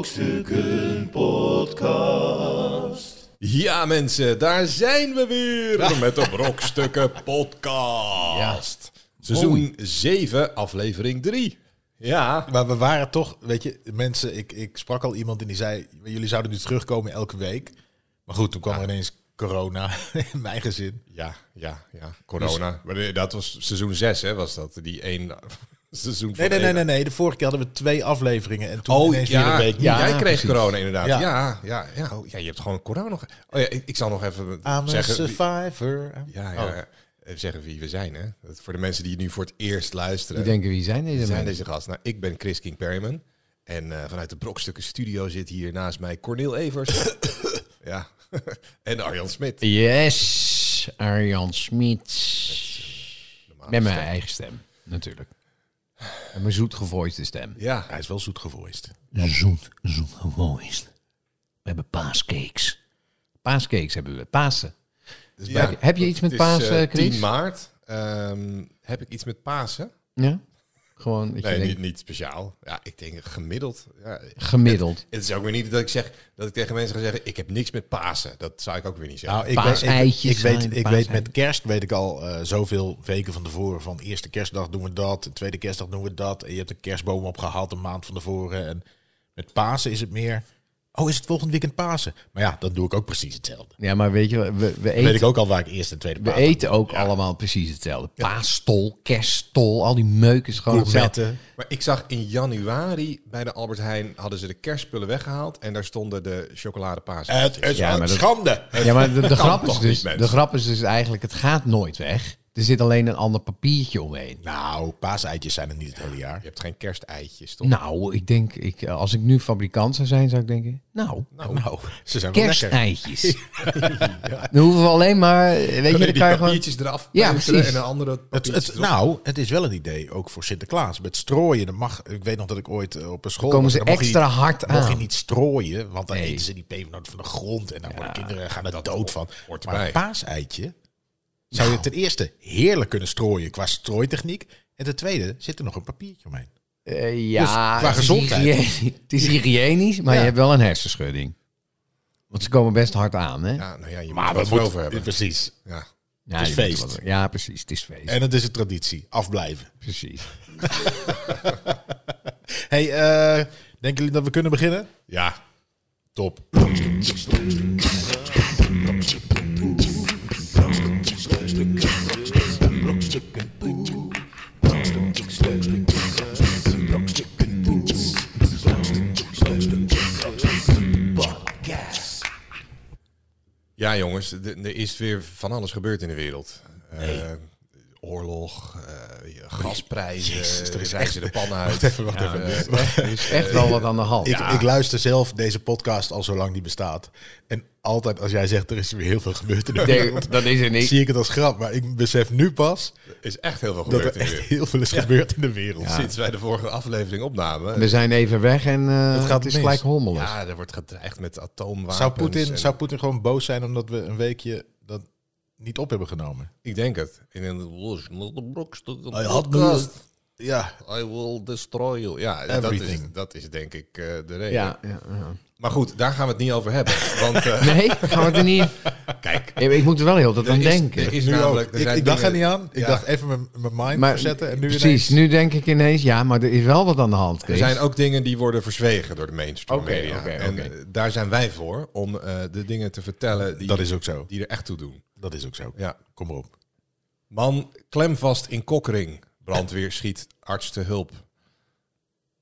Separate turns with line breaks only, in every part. Brokstukken Podcast.
Ja, mensen, daar zijn we weer met de Brokstukken Podcast. Seizoen 7, aflevering 3. Ja,
Maar we waren toch, weet je, mensen, ik, ik sprak al iemand en die zei, jullie zouden nu terugkomen elke week. Maar goed, toen kwam er ineens corona in mijn gezin.
ja, ja, ja. Corona.
Dus-
Maar nee, dat was seizoen 6, hè, was dat? Die één seizoen van
Nee, nee, nee,
één.
nee, nee. De vorige keer hadden we twee afleveringen en toen
Oh,
ineens weer
ja,
een week.
jij kreeg
precies.
corona inderdaad. Ja,
Ja.
ja, ja, Oh, ja, je hebt gewoon corona nog. Oh ja, ik, ik zal nog even
I'm a
zeggen... wie-
survivor.
ja, ja,
Oh.
even zeggen wie we zijn, hè. Dat voor de mensen die nu voor het eerst luisteren.
Die denken, wie zijn deze
zijn
mensen?
deze gast? Nou, ik ben Chris King Perryman. En eh, vanuit de Brokstukken Studio zit hier naast mij Cornel Evers. ja. en Arjan Smit.
Yes, Arjan Smits.
Normaal
Met mijn
gestemd.
eigen stem, natuurlijk. En mijn zoetgevoiste stem.
Ja.
Hij is wel zoet gevoiced.
Zoet, zoetgevoist. We hebben paascakes. Paascakes hebben we, Pasen.
ja.
heb je iets met
Het is,
paas,
eh,
eh, Chris?
10 maart. Ehm, heb ik iets met Pasen?
Ja? Gewoon, dat je
Nee,
denkt,
niet, niet speciaal. Ja, ik denk gemiddeld. Ja,
gemiddeld.
het is ook weer niet dat ik zeg dat ik tegen mensen ga zeggen: ik heb niks met Pasen. Dat zou ik ook weer niet zeggen.
Nou, ik, weet, ik,
Paaseitjes
ik weet,
zijn,
ik weet met
paaseitjes.
kerst weet ik al eh, zoveel weken van tevoren van eerste kerstdag doen we dat, tweede kerstdag doen we dat. En je hebt een kerstboom opgehaald een maand van tevoren. En met Pasen is het meer, oh is het volgend weekend Pasen? Maar ja, dan doe ik ook precies hetzelfde.
Ja, maar weet je, wel, we, we
Dan
eten,
weet ik ook al waar ik eerst en tweede
we
Pasen
eten ook allemaal precies hetzelfde. Paastol, kerststol, al die meuk is gewoon hetzelfde.
gourmetten.
Maar ik zag in januari bij de Albert Heijn hadden ze de kerstspullen weggehaald. En daar stonden de chocoladepaas.
Het is
Ja,
een
maar dat-
schande.
Ja, maar de, de grap
toch
is dus,
niet, mensen?
de grap is dus eigenlijk, het gaat nooit weg. Er zit alleen een ander papiertje omheen.
Nou, paaseitjes zijn er niet het hele
Je
jaar.
hebt geen kersteitjes, toch?
Nou, ik denk, ik, eh, als ik nu fabrikant zou zijn, zou ik denken, nou,
Nou, ze zijn wel lekker.
kersteitjes. Dan hoeven we alleen maar, eh, weet je,
Kunnen
dan
die
kan je gewoon...
papiertjes eraf
Ja,
peuteren
precies.
en de andere
Het,
papiertjes
het,
erop.
nou, het is wel een idee, ook voor Sinterklaas. Met strooien, dat mag, ik weet nog dat ik ooit eh, op een school
Komen
was
ze
en dan mocht je
extra
niet-
hard
Mocht je
aan.
niet strooien, want dan
Nee.
eten ze die pepernoten van de grond. En dan worden kinderen gaan er dood van.
hoort
maar
erbij.
een paaseitje zou
Nou.
je ten eerste heerlijk kunnen strooien qua strooitechniek. En ten tweede zit er nog een papiertje omheen.
Eh, ja,
qua
het is
gezondheid.
hygiënisch- Het is hygiënisch, maar
Ja.
je hebt wel een hersenschudding. Want ze komen best hard aan, hè?
Ja, nou ja, je maar moet er wat over hebben.
Precies.
Ja.
Ja,
het is
je moet er
feest. Eh.
wat- Ja, precies, het is feest.
En het is een traditie, afblijven.
Precies.
hey, eh, denken jullie dat we kunnen beginnen?
ja,
Top.
Ja, jongens, d- er is weer van alles gebeurd in de wereld. Eh, oorlog, eh, je gasprijzen,
Jezus, er is
reizen
echt-
de pan uit. eh,
Even, wacht
Ja,
even.
er is echt wel wat aan de hand.
Ik, ik luister zelf deze podcast al zo lang die bestaat. En altijd als jij zegt er is weer heel veel gebeurd in de wereld,
Nee, dat is er niet.
zie ik het als grap. Maar ik besef nu pas
Er is echt heel veel
dat
gebeurd
er
in de
echt
wereld.
heel veel is gebeurd in de wereld.
Sinds wij de vorige aflevering opnamen.
We zijn even weg en eh, het,
gaat
is
mis.
gelijk hommelig.
Ja, er wordt gedreigd met atoomwapens.
Zou Poetin,
en-
zou Poetin gewoon boos zijn omdat we een weekje dat niet op hebben genomen?
Ik denk het. In een Oh, los- brokstuk-
Hij had
podcast.
Ja.
I will destroy you. Ja, dat is,
Everything.
dat is denk ik eh, de reden.
Ja, ja, ja.
Maar goed, daar gaan we het niet over hebben. Want eh,
Nee, gaan we het er niet.
kijk,
Ik, ik moet er wel heel dat aan
Er is-
denken.
er is
Nu ook.
namelijk,
Ik,
er zijn
ik dacht er
dingen-
niet aan. Ik
Ja.
dacht even mijn, mijn mind
Maar,
verzetten. En nu
precies,
ineens-
nu denk ik ineens, ja, maar er is wel wat aan de hand.
Er
Chris.
zijn ook dingen die worden verzwegen door de mainstream
Oké,
media.
oké,
en
oké.
eh, daar zijn wij voor om eh, de dingen te vertellen die,
Dat is ook zo.
die er echt toe doen.
Dat is ook zo.
Ja.
Kom maar op.
Man klemvast in kokkering. Brandweer schiet arts te hulp.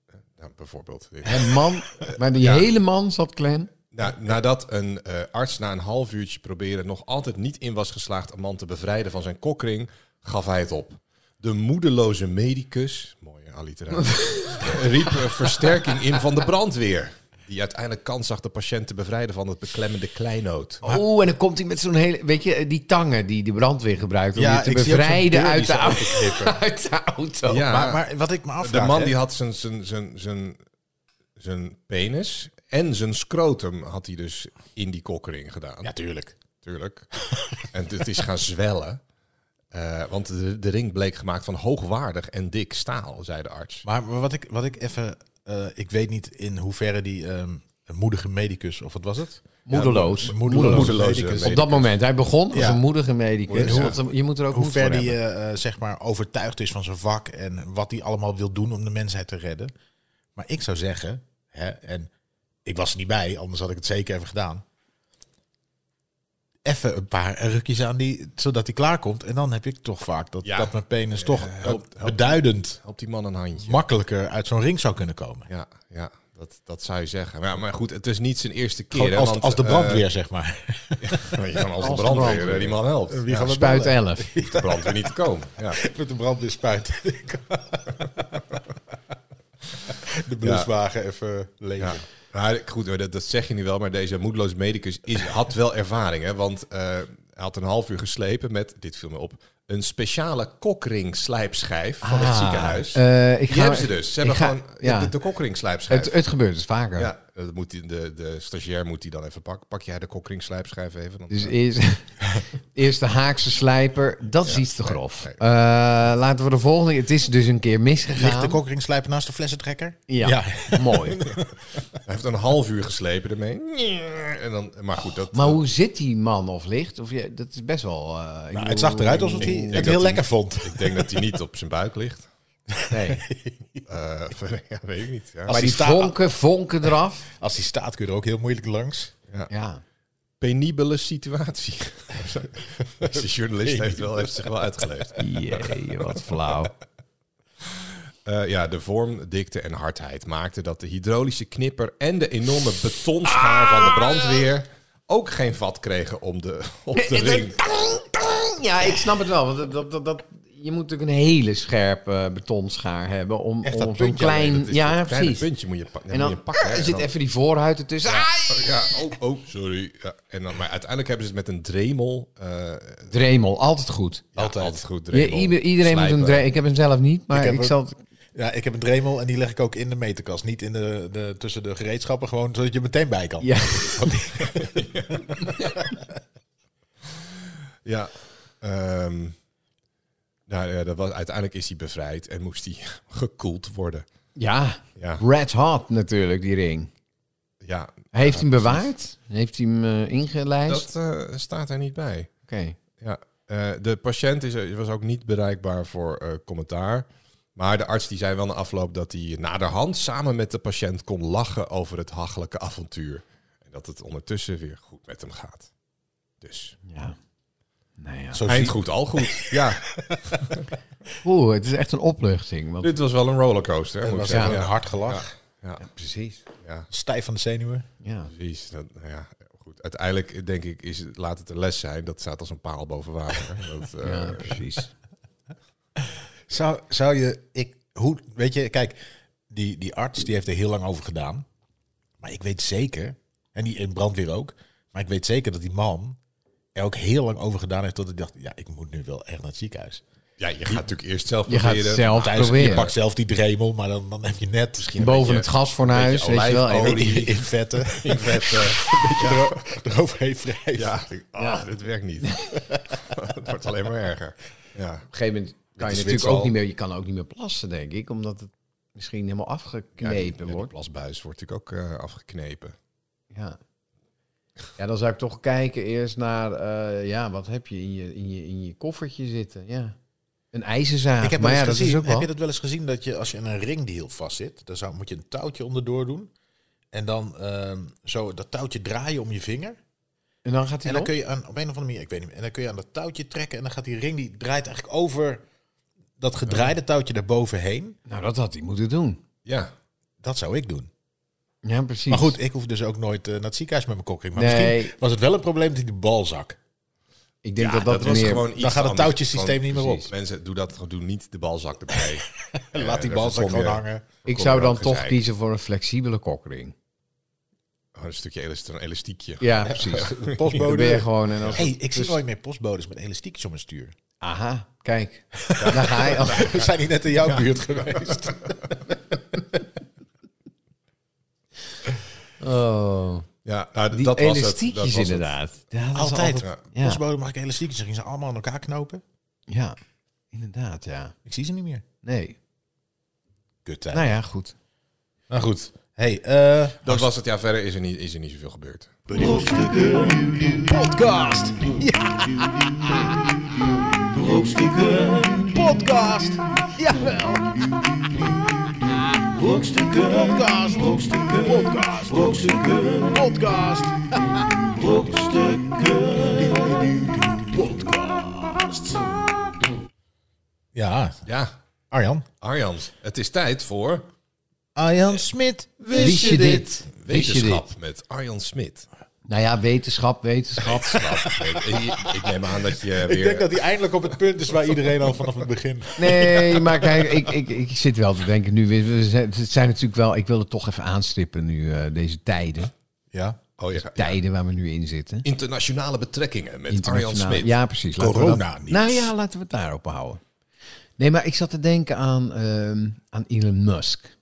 Eh, Nou, bijvoorbeeld.
Een man, maar die hele man zat klem.
Na- nadat een eh, arts na een half uurtje proberen nog altijd niet in was geslaagd een man te bevrijden van zijn kokkering, gaf hij het op. De moedeloze medicus, mooie alliteratie, riep eh, versterking in van de brandweer. Die uiteindelijk kans zag de patiënt te bevrijden van het beklemmende kleinood.
Oeh, en dan komt hij met zo'n hele, weet je, die tangen die de brandweer gebruikt om
Ja,
je te
ik zie ook zo'n
bevrijden
deur die
uit de,
ze
auto, uit de auto.
Ja,
Oh, Maar, maar wat ik me afvraag...
de man
hè,
die had zijn, zijn, zijn, zijn, zijn penis en zijn scrotum had hij dus in die kokkering gedaan.
Ja, tuurlijk.
Tuurlijk. en het is gaan zwellen. Eh, want de, de ring bleek gemaakt van hoogwaardig en dik staal, zei de arts.
Maar wat ik, wat ik even eh, ik weet niet in hoeverre die ehm, een moedige medicus, of wat was het?
Moedeloos.
Moedeloos.
Moedeloos,
medicus.
ja.
Op dat moment. Hij begon als
Ja.
een moedige medicus.
Ja.
Want Je moet er ook
Hoe
moed voor
ver
hebben.
die eh, eh, zeg maar overtuigd is van zijn vak en wat hij allemaal wil doen om de mensheid te redden. Maar ik zou zeggen, hè, en ik was er niet bij, anders had ik het zeker even gedaan. Even een paar rukjes aan die, zodat hij klaarkomt. En dan heb ik toch vaak dat,
Ja.
dat mijn penis toch
helpt-
eh, beduidend
Help die man een handje.
makkelijker uit zo'n ring zou kunnen komen.
Ja, ja dat, dat zou je zeggen. Maar, ja, maar goed, het is niet zijn eerste keer.
Gewoon
hè,
als,
want,
als de
eh,
brandweer, zeg maar.
je kan als de
Als de
brandweer
brandweer.
eh, die man helpt.
Wie
Ja,
gaan we
Spuit
bellen?
11.
hoeft de brandweer niet te komen. Ja.
Met de brandweer spuit. de bluswagen even lezen.
Ja. Maar goed, hoor, dat, dat zeg je nu wel, maar deze moedeloos medicus is, had wel ervaring. Hè? Want eh, hij had een half uur geslepen met, dit viel me op, een speciale kokringslijpschijf van het
Ah,
ziekenhuis.
eh, ik
Die
ga-
hebben ze dus. Ze hebben
ik ga-
gewoon
ja.
de, de kokringslijpschijf.
Het, het gebeurt dus vaker.
ja, eh, dat moet die, de, de stagiair moet die dan even pakken. Pak jij de kokringslijpschijf even? Dan,
Dus
eh,
eerst, eerst de Haakse slijper. Dat is iets te grof.
nee.
Eh, laten we de volgende... Het is dus een keer
Ligt de
misgegaan.
kokring slijpen naast de flessentrekker?
Ja, mooi.
Hij heeft een half uur geslepen ermee. En dan, maar goed, dat,
Maar hoe zit die man of ligt? Of je, dat is best wel... eh, ik
Nou,
bedoel-
het zag eruit alsof hij
denk
het
dat
heel
hij-
lekker vond.
ik denk dat hij niet op zijn buik ligt.
Nee.
Eh, ja, weet ik niet. Ja.
Als
Maar die
die sta-
vonken, vonken eraf.
Als hij staat kun je er ook heel moeilijk langs.
Ja.
penibele situatie. de journalist heeft, wel, heeft zich wel uitgeleefd.
Jee, wat flauw.
Eh, ja, de vorm, dikte en hardheid maakten dat de hydraulische knipper en de enorme betonschaar van de brandweer ook geen vat kregen om de, op de ring.
Ja, ik snap het wel. Want dat, dat, dat, dat- je moet natuurlijk een hele scherpe eh, betonschaar hebben. Om,
Echt dat
om zo'n
puntje alleen,
klein...
Dat is
ja,
dat kleine
precies.
puntje moet je, pa-
En
moet
dan
je pakken. hè,
er
en
zit
dan-
even die voorhuid ertussen. Ah, Ai!
Ja, oh, oh, sorry. Ja, en dan, maar uiteindelijk hebben ze het met een dremel. eh,
Dremel, altijd goed.
ja, altijd. goed.
Je,
Dremel,
ieder- iedereen moet een
slijpen.
dremel. Ik heb hem zelf niet, maar
Ik
ik,
heb ook-
zal...
Ja, ik heb een dremel en die leg ik ook in de meterkast. Niet in de, de, tussen de gereedschappen, gewoon zodat je er meteen bij kan.
Ja.
Ja. ehm, nou ja, dat was, uiteindelijk is hij bevrijd en moest hij gekoeld worden.
ja,
Ja,
red hot natuurlijk, die ring.
ja
Heeft hij hem bewaard? Heeft hij hem eh, ingelijst?
dat eh, staat er niet bij.
Oké.
Ja. eh, de patiënt is, was ook niet bereikbaar voor eh, commentaar. Maar de arts die zei wel na afloop dat hij naderhand samen met de patiënt kon lachen over het hachelijke avontuur. En dat het ondertussen weer goed met hem gaat. Dus
Ja. Nou ja.
Zo
eind
zie-
goed, al goed. ja,
Oeh, het is echt een opluchting. Want...
dit was wel een rollercoaster. hè,
Het
Moet ik
was
zeggen.
even een
Ja,
hard gelach.
ja,
precies.
ja.
Stijf van de zenuwen.
Ja.
Precies. Dat, nou ja, goed. Uiteindelijk denk ik, is, het- laat het een les zijn. Dat staat als een paal boven water. hè. Dat, eh,
Ja, precies.
Zou, zou je, ik, hoe, weet je, kijk, die, die arts die heeft er heel lang over gedaan. Maar ik weet zeker, en die in brandweer ook, maar ik weet zeker dat die man er ook heel lang over gedaan heeft. Tot ik dacht, ja, ik moet nu wel echt naar het ziekenhuis.
ja, je gaat natuurlijk eerst zelf
Je gaat
proberen.
het zelf
Thuis, je
proberen.
pakt zelf die dremel, maar dan, dan heb je net misschien
Boven
beetje-
het gasfornuis,
een beetje
weet je wel.
olijfolie. olie.
even-
in, in vetten.
in vet, eh,
ja. Eroverheen wrijven.
ja, ik denk, ah, dit werkt niet. het wordt alleen maar erger. Ja.
Op een gegeven moment kan je
is
natuurlijk
Witsel.
ook niet meer... Je kan ook niet meer plassen, denk ik. Omdat het misschien helemaal
Ja, die- ja,
afgeknepen
die
wordt.
plasbuis wordt natuurlijk ook eh, afgeknepen.
Ja. Ja, dan zou ik toch kijken eerst naar, eh, ja, wat heb je in je, in je in je koffertje zitten? Ja. Een ijzerzaag.
Ik heb,
maar
wel
ja,
eens
dat
gezien,
is ook wel.
heb je dat wel eens gezien dat je als je in een ring die heel vast zit, dan zou, moet je een touwtje onderdoor doen. En dan ehm, zo dat touwtje draaien om je vinger.
En dan gaat hij
En dan kun
dan
je aan, op een of andere manier, ik weet niet meer, en dan kun je aan dat touwtje trekken en dan gaat die ring, die draait eigenlijk over dat gedraaide touwtje daarboven heen.
Nou, dat had hij moeten doen.
Ja,
Dat zou ik doen.
Ja, precies.
Maar goed, ik hoef dus ook nooit eh, naar het ziekenhuis met mijn kokking. Maar
Nee.
misschien was het wel een probleem dat die bal zak.
ik denk
Ja,
dat dat, meer...
iets
Dan gaat het
anders.
touwtjesysteem niet meer op.
Gewoon, Mensen, doe dat. gewoon, Doe niet de balzak erbij.
En
Eh,
laat die
daar
bal zak
voorkom
gewoon
je-
hangen.
Ik
voorkom
zou
je
dan
ook
toch
gezeik.
kiezen voor een flexibele kokring.
Oh, een stukje elast- een elastiekje.
Ja, precies. Dan ben je
Postbode.
gewoon... En als...
hey, ik zie nooit meer postbodes met elastiekjes om mijn stuur.
Aha, kijk. Daar ga je al.
We zijn niet net in jouw buurt geweest.
Oh,
Ja, nou,
die
dat was het.
elastiekjes
Dat was het.
inderdaad. Ja, dat is
Altijd.
Ja.
Ja.
Postbode mag ik elastiekjes. Ze gingen ze allemaal aan elkaar knopen.
Ja, inderdaad, ja.
Ik zie ze niet meer.
Nee.
Kut tijd.
Nou ja, goed.
Nou goed. Hey, eh
Dat was het. Ja, verder is er niet, is er niet zoveel gebeurd.
podcast.
Brokstukken,
Podcast. Jawel.
brokstukken,
Podcast.
brokstukken, podcast, brokstukken,
Podcast.
brokstukken, podcast.
Ja,
Ja,
Arjan.
Arjan, het is tijd voor
Arjan Smit.
Wist je dit? Wist je dit?
wetenschap met Arjan Smit.
Nou ja, wetenschap, wetenschap.
Wetenschap. Ik- ik neem aan dat je
Ik denk
weer...
dat hij eindelijk op het punt is waar iedereen al vanaf het begin...
Nee, maar kijk, ik, ik, ik zit wel te denken nu. weer- we zijn- Het zijn natuurlijk wel, ik wil het toch even aanstippen nu, eh, deze tijden.
Ja.
Oh, ja.
Tijden waar we nu in zitten.
Internationale betrekkingen met Arjan
Internationaal.
Smit.
Ja, precies. Laten we
Corona
dat-
nieuws.
Nou ja, laten we het daarop houden. Nee, maar ik zat te denken aan, ehm, aan Elon Musk.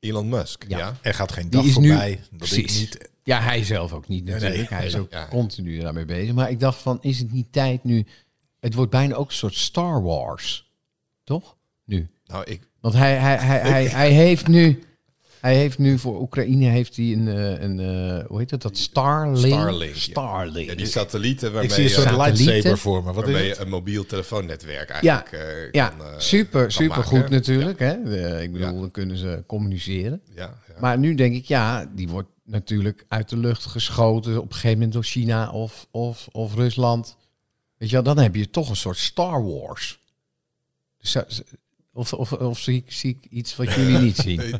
Elon Musk. Ja.
Ja.
Er gaat geen
Die
dag
is
voorbij
nu...
dat
Precies.
ik niet...
Ja, hij zelf ook niet natuurlijk.
nee.
Hij is ook
Ja.
continu daarmee bezig. Maar ik dacht van, is het niet tijd nu... Het wordt bijna ook een soort Star Wars. Toch? Nu.
Nou, ik,
Want hij, hij, hij, hij, hij heeft nu... Hij heeft nu voor Oekraïne heeft hij een, eh, een eh, hoe heet dat? Dat Starlink.
Starlink, ja.
Starlink.
ja, die satellieten
Ik
waarmee,
zie een soort
je,
Satellieten.
lightsaber voor me. Wat is
waarmee
het?
je een mobiel telefoonnetwerk
Ja,
eigenlijk eh,
ja
kan, eh,
super,
kan
super
maken,
goed
hè?
natuurlijk. Hè? Eh, ik bedoel,
Ja.
dan kunnen ze communiceren.
Ja, ja.
Maar nu denk ik, ja, die wordt natuurlijk uit de lucht geschoten. Op een gegeven moment door China of, of, of Rusland. Weet je wel, dan heb je toch een soort Star Wars. Dus zou- of, of, of zie, ik, zie ik iets wat jullie niet zien?
Eh,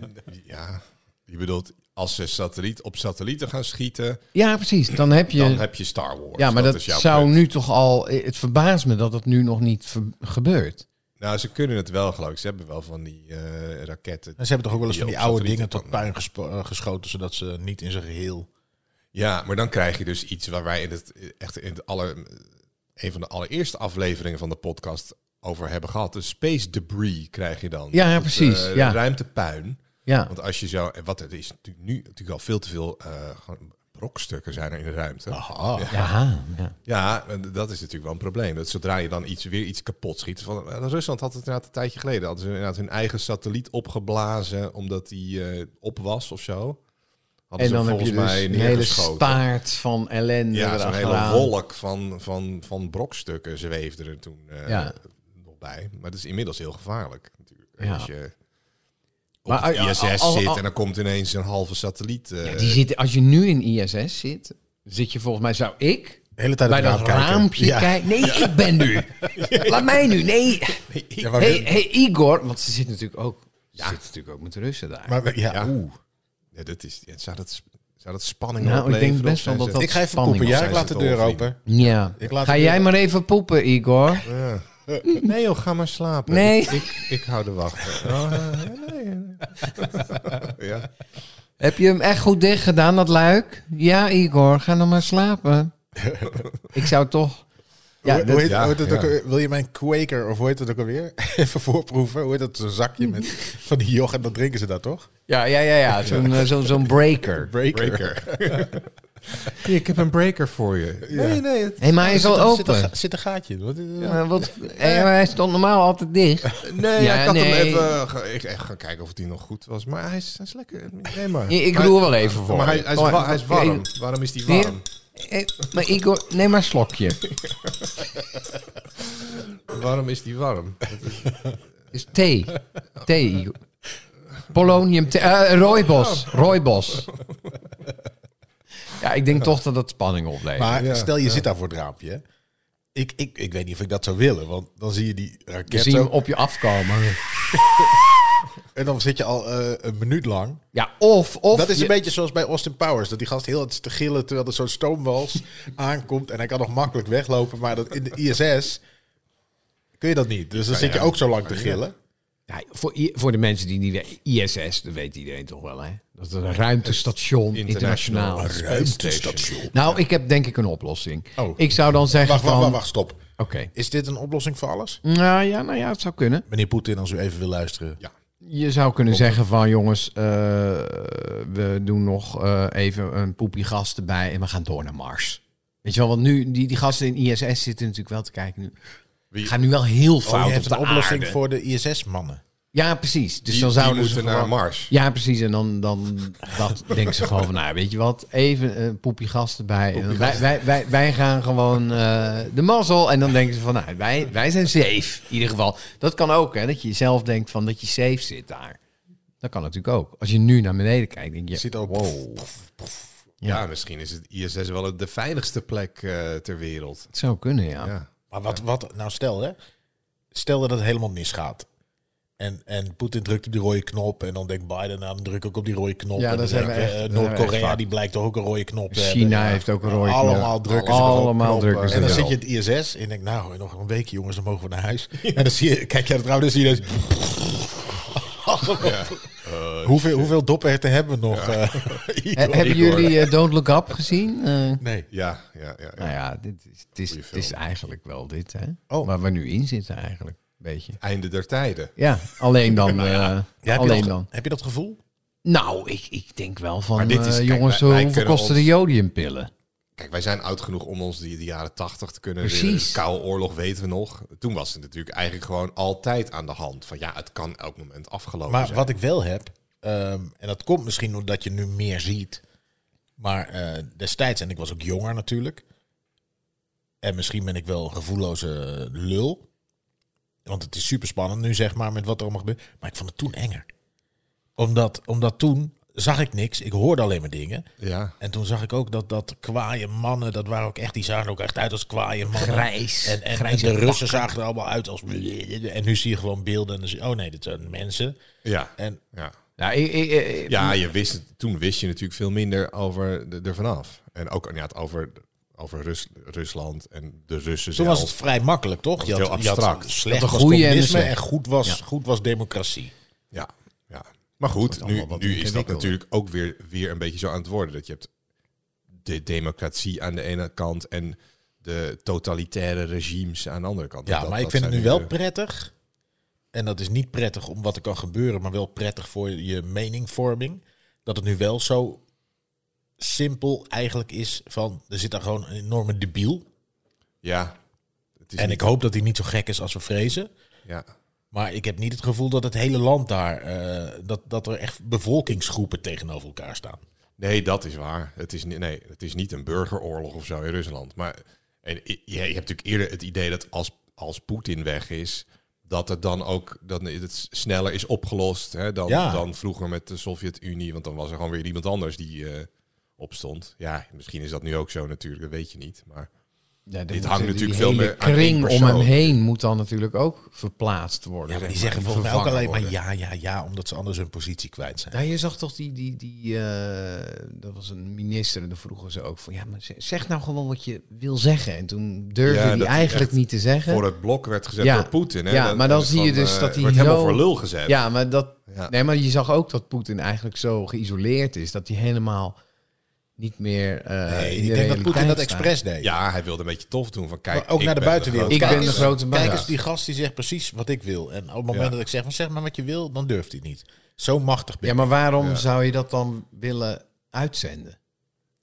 ja, je bedoelt als ze satelliet op satellieten gaan schieten,
Ja, precies. Dan heb je...
dan heb je Star Wars.
ja, maar dat,
is jouw
zou
punt.
nu toch al... eh, Het verbaast me dat dat nu nog niet ver- gebeurt.
Nou, ze kunnen het wel geloof ik. Ze hebben wel van die eh, raketten.
En ze hebben toch ook wel eens van die
op
oude dingen
satellieten
tot
kan-
puin gespo- eh, geschoten... zodat ze niet in zijn geheel...
Ja, maar dan krijg je dus iets waar wij in het echt in het aller, een van de allereerste afleveringen van de podcast over hebben gehad. De space debris krijg je dan.
Ja,
Dat,
precies,
eh,
ja.
Ruimtepuin.
Ja,
Want als je zo, en wat het is natuurlijk nu natuurlijk al veel te veel eh, gewoon brokstukken zijn er in de ruimte.
Aha.
ja, ja.
Ja, en dat is natuurlijk wel een probleem. Dat zodra je dan iets, weer iets kapot schiet. Van, eh, Rusland had het inderdaad een tijdje geleden. Hadden ze inderdaad hun eigen satelliet opgeblazen omdat die eh, op was of zo. Hadden
En dan
ze
heb je
volgens
dus
mij
een hele
neergeschoten.
staart van ellende
Ja, zo'n hele
erachteraan.
wolk van, van, van brokstukken zweefde er toen eh,
Ja.
nog bij. Maar het is inmiddels heel gevaarlijk natuurlijk.
Ja.
Als je op
Maar eh,
het
al-
ISS
al- al-
zit
al-
en dan komt ineens een halve satelliet. eh,
Ja, die zitten, als je nu in ISS zit, zit je volgens mij, zou ik
De hele tijd
bij
uit het
dat
raam kijken.
raampje
Ja.
kijken. Nee, ik ben nu. Laat mij nu. Nee.
Ja, maar,
Hey, hey, Igor. Want ze zit natuurlijk ook, ze zit natuurlijk ook met de Russen daar.
maar- ja,
Ja.
oeh.
ja, dat is, ja, zou, dat, zou dat spanning
Nou, ik
opleveren?
denk best
Of zijn
wel
ze-
dat
Ik ga even
Spanning.
poepen. Ja, ik
Zijn
laat
ze
de
dol,
deur
vrienden?
open.
ja.
Ik laat
Ga
het
jij
weer-
maar even poepen, Igor.
Nee joh, ga maar slapen.
Nee.
Ik, ik, ik hou de wacht. Oh, eh, nee, nee. ja.
Heb je hem echt goed dicht gedaan, dat luik? Ja, Igor. Ga nog maar slapen. ik zou toch... Ja,
hoe,
dat-
hoe heet,
ja,
hoe heet dat
ja.
ook alweer? wil je mijn Quaker of hoe heet dat ook alweer? Even voorproeven. Hoe heet dat? Zo'n zakje met van die yoghurt. en dan drinken ze dat toch?
ja, ja, ja, ja. Zo'n eh, zo'n- zo'n breaker.
Breaker.
Breaker. Hier, ik heb een breaker voor je. Nee, nee. het-
hey, maar hij is al
Er zit een,
open.
ga- zit een gaatje. in. Wat is dat?
Maar wat, eh, maar hij stond normaal altijd dicht.
Nee,
Ja,
ik had
nee.
hem even... ge- Ik echt gaan kijken of die nog goed was. Maar hij is, hij is lekker. Nee, maar.
Ik- ik
Maar-
doe wel even voor
Maar hij,
je.
hij, is,
Oh,
wa- hij is warm.
oké.
Waarom is die
Hier.
warm?
Eh, Maar Igor, neem maar een slokje.
Waarom is die warm?
is thee. Thee, Igor. Polonium thee. Eh, rooibos. Rooibos. Ja, ik denk toch dat dat spanning oplevert.
Maar
Ja,
stel je zit daar voor het raampje. hè. Ik, ik, ik weet niet of ik dat zou willen. Want dan zie je die
je
raket
ziet hem
zo.
op je afkomen.
En dan zit je al eh, een minuut lang.
Ja, of... of
dat is een
je-
beetje zoals bij Austin Powers. Dat die gast heel hard zit te gillen terwijl er zo'n stoomwals aankomt. En hij kan nog makkelijk weglopen. Maar dat in de ISS kun je dat niet. Dus dan zit je
ja.
ook zo lang te gillen.
Ja, voor, i- voor de mensen die niet weten... ISS, dat weet iedereen toch wel, hè? Dat is een ruimtestation, internationaal.
Internationaal ruimtestation.
Nou, ik heb denk ik een oplossing.
Oh.
Ik zou dan zeggen
Wacht,
van...
wacht, wacht, wacht, stop.
Oké.
Is dit een oplossing voor alles?
Nou ja, nou ja, het zou kunnen.
Meneer Poetin, als u even wil luisteren.
Ja.
Je zou kunnen zeggen van jongens, eh, we doen nog eh, even een poepie gas erbij en we gaan door naar Mars. Weet je wel, want nu, die, die gasten in ISS zitten natuurlijk wel te kijken nu.
Wie-
Gaan nu wel heel fout
Oh, je
op
hebt
de
een oplossing
aarde.
voor de ISS-mannen.
Ja, precies. Dus
die,
dan
die
zouden ze
moeten naar
gewoon-
Mars.
Ja, precies. En dan, dan dat denken ze gewoon van, nou, weet je wat, even een poepje gas erbij. En dan wij, wij, wij, wij gaan gewoon eh, de mazzel. En dan denken ze van, nou, wij, wij zijn safe. In ieder geval. Dat kan ook, hè. Dat je zelf denkt van dat je safe zit daar. Dat kan natuurlijk ook. Als je nu naar beneden kijkt, denk je,
Zit ook-
wow.
Ja. misschien is het ISS wel de veiligste plek eh, ter wereld.
Het zou kunnen, ja.
Ja.
Maar wat, wat, nou stel hè, stel dat het helemaal misgaat. En, en Poetin drukt op die rode knop en dan denkt Biden, nou dan druk ik op die rode knop.
Ja,
en
dat zijn we
denken we, eh,
echt- dat zijn we echt
Noord-Korea
vaak.
die blijkt toch ook een rode knop te hebben.
China heeft ook een rode knop.
Allemaal drukken ze erop.
Allemaal
knoppen.
drukken ze
En dan
erop.
zit je in het ISS en denk nou, nog een weekje jongens, dan mogen we naar huis. En dan zie je, kijk jij het raam, dan zie je dus... hoeveel, hoeveel doperten hebben we nog? eh,
He-
ieder-
Hebben jullie eh, Don't Look Up gezien? Eh,
nee.
Ja, ja, ja. ja.
Nou ja, dit is, het, is,
Goeie
het is
film.
eigenlijk wel dit, hè.
Oh.
Waar we nu in zitten eigenlijk, een beetje.
Einde der tijden.
Ja, alleen dan. eh,
Ja, heb, je
alleen
dat,
dan.
heb je dat gevoel?
Nou, ik, ik denk wel van,
Maar dit is-
eh,
kijk,
jongens,
wij- wij
hoeveel
kunnen
kosten de
ons-
jodiumpillen?
Kijk, wij zijn oud genoeg om ons die de jaren tachtig te kunnen
Precies.
herinneren. Koude oorlog weten we nog. Toen was het natuurlijk eigenlijk gewoon altijd aan de hand. Van ja, het kan elk moment
Oh,
afgelopen
Maar
zijn.
wat ik wel heb, ehm, en dat komt misschien omdat je nu meer ziet. Maar eh, destijds, en ik was ook jonger natuurlijk. En misschien ben ik wel een gevoelloze lul. Want het is super spannend nu, zeg maar, met wat er allemaal gebeurt. Maar ik vond het toen enger. Omdat, omdat toen zag ik niks. Ik hoorde alleen maar dingen.
Ja.
En toen zag ik ook dat, dat kwaaie mannen, dat waren ook echt, die zagen er ook echt uit als kwaaie mannen.
Grijs.
En, en,
Grijze
en de Russen zagen er allemaal uit als... En nu zie je gewoon beelden en dan zie je, oh nee, dit zijn mensen.
Ja.
En
ja.
Nou, ik, ik- ik-
Ja, je wist, het- toen wist je natuurlijk veel minder over de, ervan af. En ook inderdaad over, over Rus, Rusland en de Russen
toen
zelf.
was het vrij makkelijk, toch? Je
was heel abstract.
Je had slecht
Dat
was
de goede en de
communisme en,
slechte.
goed, was, goed was democratie.
Ja, ja. Maar goed, nu,
allemaal wat
nu is dat
ingewikkelder.
natuurlijk ook weer, weer een beetje zo aan het worden. Dat je hebt de democratie aan de ene kant en de totalitaire regimes aan de andere kant.
Ja,
Dat-
maar ik
dat
vind het nu
zijn
wel
de-
prettig. En dat is niet prettig om wat er kan gebeuren, maar wel prettig voor je meningvorming. Dat het nu wel zo simpel eigenlijk is van, er zit daar gewoon een enorme debiel.
Ja. Het is
En
niet-
ik hoop dat hij niet zo gek is als we vrezen.
Ja.
Maar ik heb niet het gevoel dat het hele land daar, eh, dat, dat er echt bevolkingsgroepen tegenover elkaar staan.
Nee, dat is waar. Het is, ni- nee, het is niet een burgeroorlog of zo in Rusland. Maar en, i- je, je hebt natuurlijk eerder het idee dat als, als Poetin weg is, dat het dan ook dat het s- sneller is opgelost hè, dan,
Ja.
dan vroeger met de Sovjet-Unie. Want dan was er gewoon weer iemand anders die eh, opstond. Ja, misschien is dat nu ook zo natuurlijk, dat weet je niet. Maar
Ja, dan
dit
moet
hangt
die
natuurlijk
hele
veel meer aan één
kring om hem
persoon.
heen moet dan natuurlijk ook verplaatst worden.
Ja, maar
zeg
die zeggen volgens mij ook
vervangen
alleen maar
worden.
ja, ja, ja, omdat ze anders hun positie kwijt zijn.
Nou, je zag toch die, die, die eh, dat was een minister en dan vroegen ze ook van, ja, maar ze- zeg nou gewoon wat je wil zeggen. En toen durfde
Ja,
hij
dat hij
eigenlijk
echt
niet te zeggen.
voor het blok werd gezet
Ja.
door Poetin. Hè,
Ja, maar dan
eh,
zie je dus
eh,
dat hij
wordt helemaal
zo-
voor lul gezet.
Ja, maar dat.
Ja.
Nee, maar je zag ook dat Poetin eigenlijk zo geïsoleerd is dat hij helemaal niet meer. eh,
Nee,
in
ik denk
de
dat
realiteit
Poetin dat
staat.
expres deed.
Ja, hij wilde een beetje tof doen. Van, kijk,
Maar ook
ik
naar de
ben
buitenwereld.
Ik
grote-
ben
eens-
de grote baas.
Kijk eens, die gast die zegt precies wat ik wil. En op het moment
Ja.
dat ik zeg van zeg maar wat je wil, dan durft hij het niet. Zo machtig ben
Ja,
ik.
maar waarom
Ja.
zou je dat dan willen uitzenden?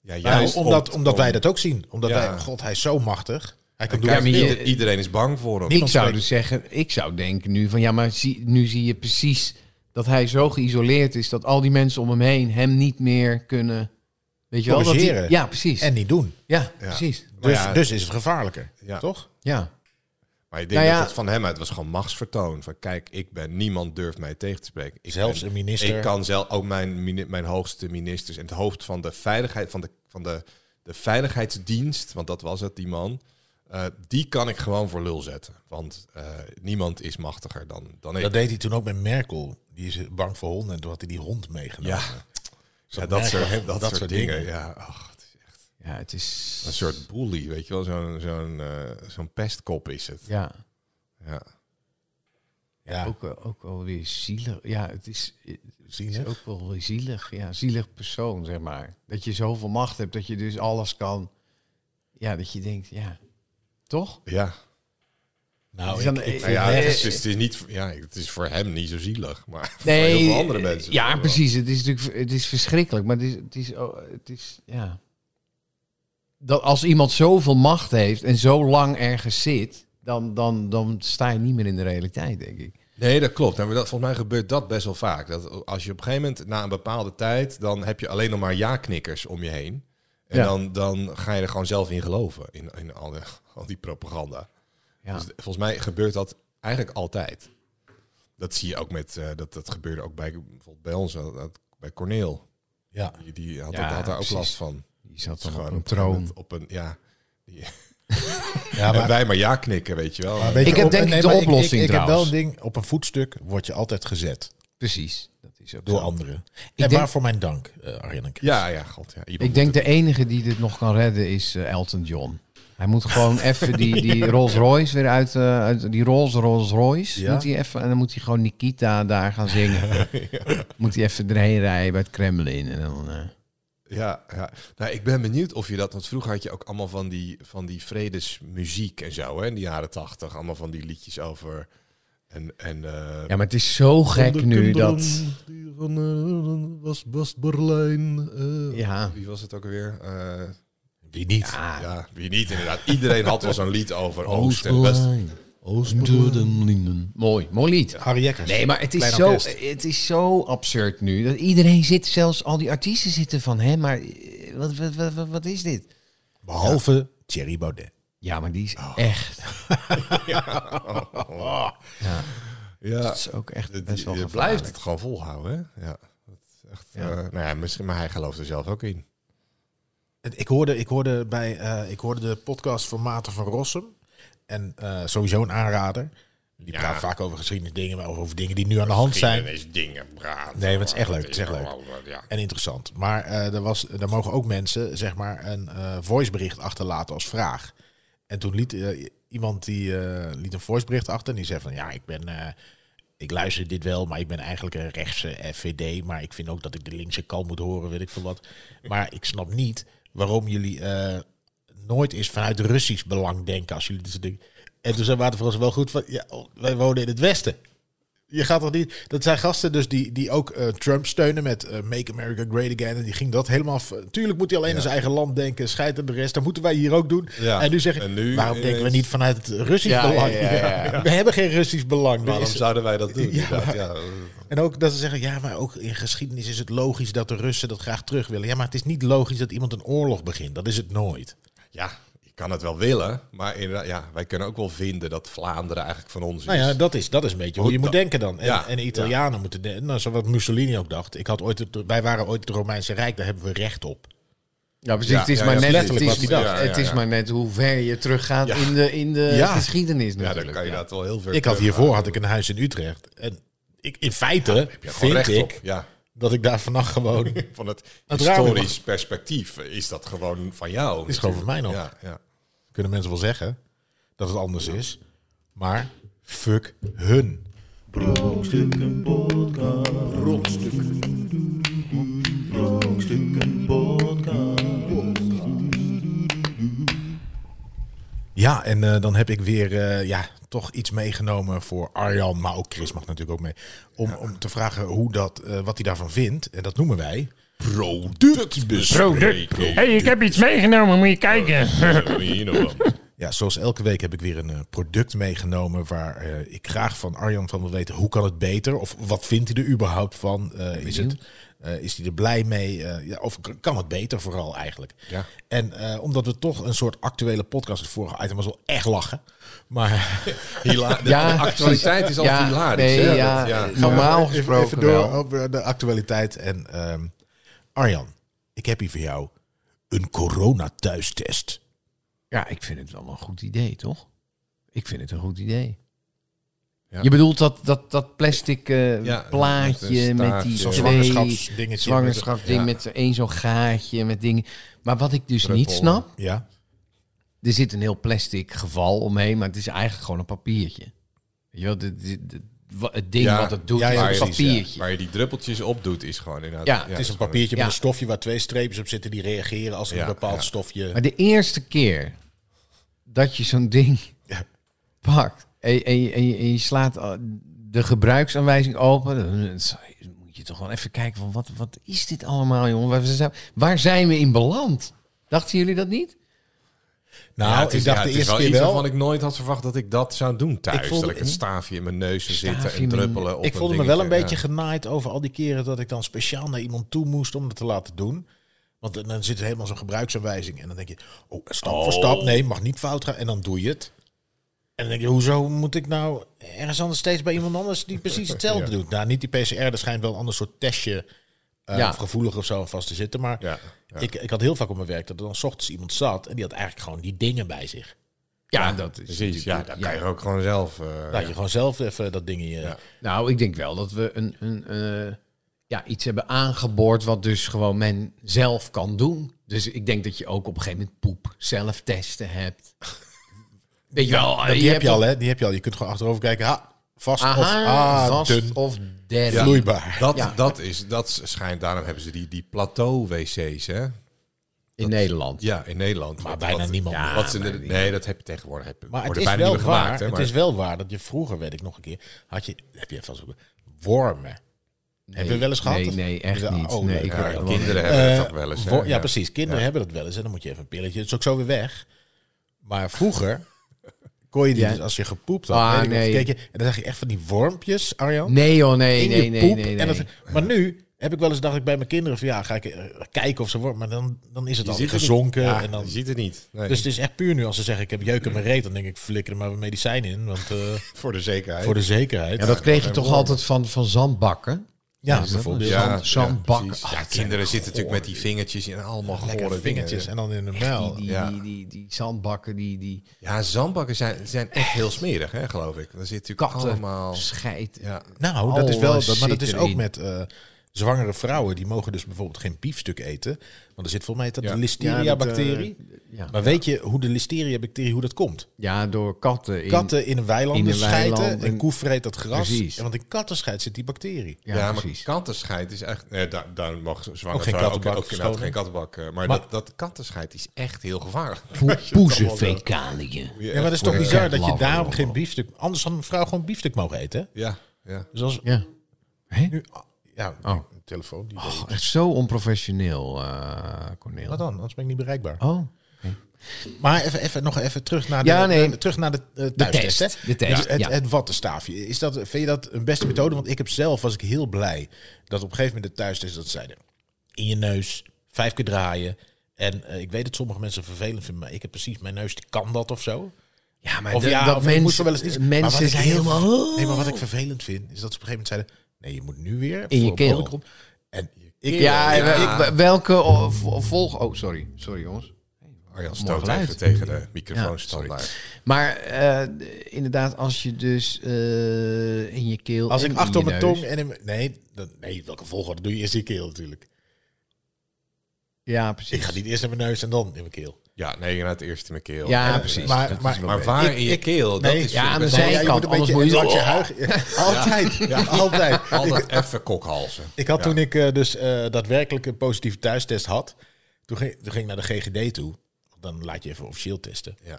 Ja,
Nou,
juist
omdat,
om-
omdat wij
om-
dat ook zien. Omdat
Ja.
wij, god, hij is zo machtig. Hij kan
En
doen
kijk,
wat hij
maar je-
wil.
ieder- iedereen is bang voor hem.
Nee.
Ik
Niemand
zou
spreekt.
dus zeggen, ik zou denken nu van ja, maar zie, nu zie je precies dat hij zo geïsoleerd is dat al die mensen om hem heen hem niet meer kunnen. Weet je wel? Dat die,
Corrigeren.
ja, precies.
En niet doen.
ja, precies.
Maar
Dus,
ja,
dus is het gevaarlijker,
Ja.
toch?
Ja.
Maar ik denk
Nou ja.
dat het van hem uit was gewoon machtsvertoon. Van kijk, ik ben niemand durft mij tegen te spreken. Ik
Zelfs
ben-
een minister.
Ik kan zelf ook mijn, mini- mijn hoogste ministers en het hoofd van de veiligheid van de, van de, de veiligheidsdienst, want dat was het, die man. eh, die kan ik gewoon voor lul zetten. Want eh, niemand is machtiger dan, dan ik.
Dat deed hij toen ook met Merkel. Die is bang voor honden en toen had hij die hond meegenomen.
ja. Ja, dat,
Merkel
soort,
heeft
dat,
dat
soort
soort
dingen.
dingen.
Ja, ach, het is echt
ja, het is.
een soort bully, weet je wel. Zo'n zo'n eh, zo'n pestkop is het.
Ja.
Ja.
Ja,
Ook, eh, ook alweer zielig. Ja, het is, het
zie
is
je?
ook wel weer zielig. Ja, zielig persoon, zeg maar. Dat je zoveel macht hebt, dat je dus alles kan. Ja, dat je denkt, ja, toch?
ja.
Nou,
Is
ik,
dan-
ik,
Nou ja,
Eh,
het is, het, is, niet, ja, het is voor hem niet zo zielig, maar voor
Nee,
heel veel andere mensen.
Ja,
wel.
precies. Het is natuurlijk het is verschrikkelijk, maar het is, het is, oh, het is ja. Dat als iemand zoveel macht heeft en zo lang ergens zit, dan, dan, dan sta je niet meer in de realiteit, denk ik.
Nee, dat klopt. En dat, volgens mij gebeurt dat best wel vaak. Dat als je op een gegeven moment na een bepaalde tijd, dan heb je alleen nog maar ja-knikkers om je heen. En
Ja.
dan, dan ga je er gewoon zelf in geloven, in, in al, die, al die propaganda.
Ja.
Dus volgens mij gebeurt dat eigenlijk altijd. Dat zie je ook met, eh, dat, dat gebeurde ook bij, bijvoorbeeld bij ons, eh, dat- bij Corneel.
Ja.
Die, die had,
Ja,
ook- had daar ook
precies.
last van.
Die zat
Gewoon
dan op
op
een
gegeven
troon.
moment Op een, ja.
Ja,
en
maar,
wij maar ja-knikken, weet je wel.
maar weet
Ik
je,
heb
op-
denk ik de
maar Ik,
oplossing
ik, ik heb wel
trouwens.
een ding, op een voetstuk word je altijd gezet
Precies. Dat is ook
door
zo.
anderen. En
denk-
waarvoor mijn dank, eh Arjen.
ja, ja, god. Ja, iemand
Ik denk de enige die dit nog kan redden is eh, Elton John. Hij moet gewoon even die, die Rolls Royce weer uit, eh, uit die Rolls Rolls Royce.
Ja.
Moet hij even, en dan moet hij gewoon Nikita daar gaan zingen. Moet hij even erheen rijden bij het Kremlin. En dan, eh,
Ja, ja. Nou, ik ben benieuwd of je dat, want vroeger had je ook allemaal van die, van die vredesmuziek en zo, hè, in de jaren tachtig. Allemaal van die liedjes over. En, en, eh,
Ja, maar het is zo gek nu dat.
Die Van, eh, was, was Berlijn. eh,
Ja.
Wie was het ook alweer? Eh,
Wie niet?
Ah,
ja, wie niet inderdaad. Iedereen had wel zo'n lied over Oost en West.
Oostlijn. Oosterlinden. Mooi, mooi lied.
Harry Jekkers.
Nee, maar het is,
Klein
zo,
orkest.
het is zo absurd nu. Dat iedereen zit, zelfs al die artiesten zitten van hè, maar eh, wat, wat, wat, wat- wat is dit? Oh.
Behalve Thierry Baudet.
Ja, maar die is echt.
Ja,
Dat is ook echt
Het-
best wel
je
gevaarlijk.
blijft het gewoon volhouden, hè? Ja. Dat is echt,
Ja.
eh, nou ja, misschien, maar hij gelooft er zelf ook in.
Het- Ik hoorde, ik hoorde, bij, eh, ik hoorde de podcast van Maarten van Rossum. En eh, sowieso een aanrader. Die
Ja.
praat vaak over geschiedenisdingen, maar ook over dingen die nu aan de hand zijn.
Deze dingen. praten.
Nee, maar het is echt leuk, het is echt
Ja.
En interessant. Maar eh er was, daar mogen ook mensen zeg maar, een eh voicebericht achterlaten als vraag. En toen liet eh, iemand die, eh, liet een voicebericht achter en die zei van ja, ik ben. eh, ik luister dit wel, maar ik ben eigenlijk een rechtse FVD. Maar ik vind ook dat ik de linkse kant moet horen, weet ik veel wat. Maar ik snap niet waarom jullie eh, nooit eens vanuit Russisch belang denken als jullie dit soort dingen. En toen zei Maarten van Rossum wel goed van ja, oh, wij wonen in het Westen. Je gaat toch niet. Dat zijn gasten dus die, die ook eh, Trump steunen met eh, Make America Great Again. En die ging dat helemaal. v- Tuurlijk moet hij alleen aan zijn eigen land denken. Scheid aan de rest. Dat moeten wij hier ook doen.
Ja.
En nu zeggen
En nu
waarom denken we
ineens-
niet vanuit het Russisch
Ja,
belang?
ja, ja, ja,
We hebben geen Russisch belang. Er
Waarom
is-
zouden wij dat doen? inderdaad? Ja,
en ook dat ze zeggen, ja, maar ook in geschiedenis is het logisch dat de Russen dat graag terug willen. Ja, maar het is niet logisch dat iemand een oorlog begint. Dat is het nooit.
ja, je kan het wel willen, maar inderdaad, ja, wij kunnen ook wel vinden dat Vlaanderen eigenlijk van ons is.
Nou ja, dat is, dat is een beetje hoe je
Goed,
moet
dat-
denken dan. En,
ja,
en de Italianen moeten denken. Nou, zoals Mussolini ook dacht. Ik had ooit het, wij waren ooit het Romeinse Rijk, daar hebben we recht op.
Ja, precies.
Ja,
het is,
ja,
maar,
ja,
net, het
letterlijk
is,
wat hij
dacht. Ja,
het
ja,
is
ja.
maar net hoe ver je teruggaat
Ja.
in de, in de
Ja.
geschiedenis
ja,
natuurlijk.
dan kan je dat wel heel veel.
Ik had hiervoor had ik een huis in Utrecht. En ik, in feite vind ik
Ja,
dat ik daar vannacht gewoon...
van het,
Het raam
historisch perspectief is dat gewoon van jou.
is gewoon van mij nog.
natuurlijk. Ja, ja.
kunnen mensen wel zeggen dat het anders is. Maar fuck hun.
Brokstukken podcast. Brokstukken. Brokstukken podcast.
Ja, en eh, dan heb ik weer eh, ja, toch iets meegenomen voor Arjan, maar ook Chris mag natuurlijk ook mee. Om, om te vragen hoe dat, eh, wat hij daarvan vindt. En dat noemen wij.
Productbespreking.
hey, ik heb iets meegenomen, moet je kijken.
Hier nog wel.
Ja, zoals elke week heb ik weer een eh, product meegenomen waar eh, ik graag van Arjan van wil weten hoe kan het beter? Of wat vindt hij er überhaupt van? Eh, is, het, eh, is hij er blij mee? Eh, ja, of k- kan het beter vooral eigenlijk?
Ja.
En eh, omdat we toch een soort actuele podcast, het vorige item was wel echt lachen. Maar
Hila- de
Ja,
actualiteit
precies.
is altijd
Ja,
hilarisch.
nee,
hè?
ja.
Dat- ja.
Normaal
Even-
gesproken
Even door
wel.
over de actualiteit. En ehm, Arjan, ik heb hier voor jou een corona-thuistest.
Ja, ik vind het wel een goed idee, toch? Ik vind het een goed idee.
Ja.
Je bedoelt dat, dat, dat plastic eh,
Ja, met
plaatje
een
met
staartje.
die
Zo'n
twee-
zwangerschapsdingetje met-
zwangerschapsding
ja.
met één zo'n gaatje met dingen. Maar wat ik dus niet
Druppel.
snap,
Ja,
er zit een heel plastic geval omheen, maar het is eigenlijk gewoon een papiertje. Weet je wel, dit- dit- dit- wa- het ding
Ja,
wat het doet,
ja, ja,
is een
precies, ja.
papiertje.
Waar je die druppeltjes op doet, is gewoon inderdaad.
Ja,
het is een
gewoon
papiertje
Ja.
met een stofje waar twee streepjes op zitten die reageren als er
Ja,
een bepaald
ja.
stofje.
Maar de eerste keer dat je zo'n ding
Ja.
pakt en, en, je- en, je- en je slaat eh, de gebruiksaanwijzing open, dan dan moet je toch wel even kijken van wat, wat is dit allemaal, jongen? Waar zijn, waar zijn we in beland? Dachten jullie dat niet?
Nou,
Ja, het is-
ik dacht
ja,
de
het is
eerste keer
iets
wel.
waarvan ik nooit had verwacht dat ik dat zou doen thuis.
Ik voelde-
dat ik een staafje in mijn neus zou
Staafje
zitten en
in mijn-
druppelen op
ik
een
voelde me wel een
dingetje,
beetje
ja.
genaaid over al die keren dat ik dan speciaal naar iemand toe moest om het te laten doen. Want dan- dan zit er helemaal zo'n gebruiksaanwijzing. En dan denk je, oh, stap voor stap, nee, mag niet fout gaan. En dan doe je het. En dan denk je, hoezo moet ik nou ergens anders steeds bij iemand anders die precies
Ja.
hetzelfde doet? Nou, niet die PCR, er schijnt wel een ander soort testje, eh,
Ja.
of gevoelig of zo, aan vast te zitten. Maar
Ja, ja.
Ik, ik had heel vaak op mijn werk dat er dan 's ochtends iemand zat en die had eigenlijk gewoon die dingen bij zich.
Ja, dat is
Precies, ja, dat kan je ook gewoon zelf. eh,
Dat je gewoon zelf even dat ding in je...
Ja.
Nou, ik denk wel dat we een, een, eh, ja, iets hebben aangeboord wat dus gewoon men zelf kan doen. Dus ik denk dat je ook op een gegeven moment poep zelf testen hebt. Weet Ah, je wel,
die heb je
hebt
al, hè? Die heb je al. Je kunt gewoon achterover kijken. Ha, vast
Aha,
of ah,
vast
dun.
of derde.
Ja.
Vloeibaar.
Dat,
Ja.
dat, is, dat schijnt, daarom hebben ze die, die plateau-wc's, hè?
in Nederland.
Ja, in Nederland.
Maar
Wat-
bijna
wat-
niemand meer.
Wat ze in de- nee, dat heb je tegenwoordig. Heb,
Maar het
worden
is
bijna
wel
niet meer
waar.
gemaakt, hè?
het
maar-
is wel waar dat je vroeger, weet ik nog een keer, had je, heb je vast ook wormen. Hebben we wel eens gehad?
Nee, nee, echt
Ja,
niet.
oh,
nee,
leuk.
ik
Ja,
word er wel-
kinderen hebben
Eh,
het toch wel eens. hè?
Wor- ja, precies. Kinderen hebben dat wel eens. En dan moet je even een pilletje. Het is ook zo weer weg. Maar vroeger kon je die
Ja.
dus als je gepoept had.
Ah,
weet ik nog,
nee.
keek je, en dan zag je echt van die wormpjes, Arjan.
Nee, hoor, nee,
in
nee,
je
nee,
poep.
nee, nee.
En dat, maar nu heb ik wel eens dacht ik bij mijn kinderen van ja, ga ik eh, kijken of ze wordt. Maar dan, dan is het
Je
al
ziet het
gezonken.
niet. Ja,
en dan,
Je ziet het niet. Nee.
dus het is echt puur nu als ze zeggen ik heb jeuk in mijn reet. Dan denk ik flikker er maar wat medicijn in. Want eh,
voor de zekerheid.
voor de zekerheid.
Ja, dat kreeg je toch altijd van, van zandbakken?
Ja,
Is dat
bijvoorbeeld.
een
ja,
zand- zandbak.
precies.
Ach,
Ja,
het zijn
kinderen zitten natuurlijk met die vingertjes in allemaal
Lekker
gore
vingertjes
dingen.
en dan in de
Die,
muil.
die,
Ja.
die, die, die zandbakken, die, die
Ja, zandbakken zijn, zijn echt heel smerig, hè, geloof ik. Er zit natuurlijk
katten,
allemaal...
scheid.
Ja,
Nou, dat is wel.
Alles
Dat, maar dat
zit
is ook
erin.
met eh, zwangere vrouwen. Die mogen dus bijvoorbeeld geen biefstuk eten. Want er zit volgens mij heet dat
Ja.
de listeria-bacterie.
Ja.
maar weet je hoe de listeria-bacterie hoe dat komt?
ja, door katten. In,
Katten in een weiland
in een
scheiden.
weiland
Een
en-
koe vreet dat gras.
Precies.
En want in kattenscheid zit die bacterie.
ja,
Ja,
maar
precies.
kattenscheid is echt... Nee, daar, daar mag zwanger
Ook geen
vrouwen
kattenbak
Ook, ook inderdaad
verscholen.
geen kattenbak. eh, Maar,
Maar-
dat, dat kattenscheid is echt heel gevaarlijk.
Po- Poezenfecaliën.
Ja, maar dat is toch
Ja.
bizar dat je
Lammen
daarom
allemaal.
geen biefstuk... Anders had een vrouw gewoon biefstuk mogen eten. hè?
Ja, ja.
Dus als...
Ja. Hè?
Nu, ja,
Oh.
de telefoon. Die deed.
Echt zo onprofessioneel, eh Cornel.
Wat dan? Anders ben ik niet bereikbaar.
Oh.
Maar even, even, nog even terug naar de,
Ja, nee.
naar- terug naar de, eh, thuistest,
test,
hè?
de test,
Dus het,
ja.
het wattenstaafje. Is dat, vind je dat een beste methode? Want ik heb zelf, was ik heel blij dat op een gegeven moment de thuistest dat zeiden. In je neus, vijf keer draaien. En eh, ik weet dat sommige mensen vervelend vinden, maar ik heb precies mijn neus, die kan dat of zo.
Ja, maar
Of
dat-
ja,
dat
of ik
mensen,
moest er wel eens iets. maar wat
mensen
ik
zijn
heel-
helemaal...
Nee, maar wat ik vervelend vind, is dat ze op een gegeven moment zeiden: nee, je moet nu weer
In je
voor
keel.
Omicron. En ik,
Ja,
ik-
ja. Ik, welke of- volg... Oh, sorry. Sorry, jongens.
Arjan
Mooi
stoot
geluid.
even tegen de microfoon
Ja,
standaard.
Maar eh, inderdaad, als je dus eh, in je keel
als
en
ik
in
achter op
je
mijn
neus-
tong en in mijn- nee, dat, nee, welke volgorde doe je eerst in je keel natuurlijk?
Ja,
Ik
precies.
ga niet eerst in mijn neus en dan in mijn
Oh,
keel.
Ja, nee, je het eerst in mijn keel.
Ja,
En- eh,
precies.
maar-
Dat is
maar-
wel
Maar
beter.
waar
Ik-
in je
ik-
keel?
nee,
dat is
ja,
voor
aan de
best-
zijkant.
moet een
anders
beetje
moet
langs
je zo-
je huig. Altijd. Altijd. Ik,
Altijd even kokhalzen.
ik had
Ja.
toen ik eh, dus eh, daadwerkelijk een positieve thuistest had, toen ging, toen ging ik naar de GGD toe. Dan laat je even officieel testen.
Ja.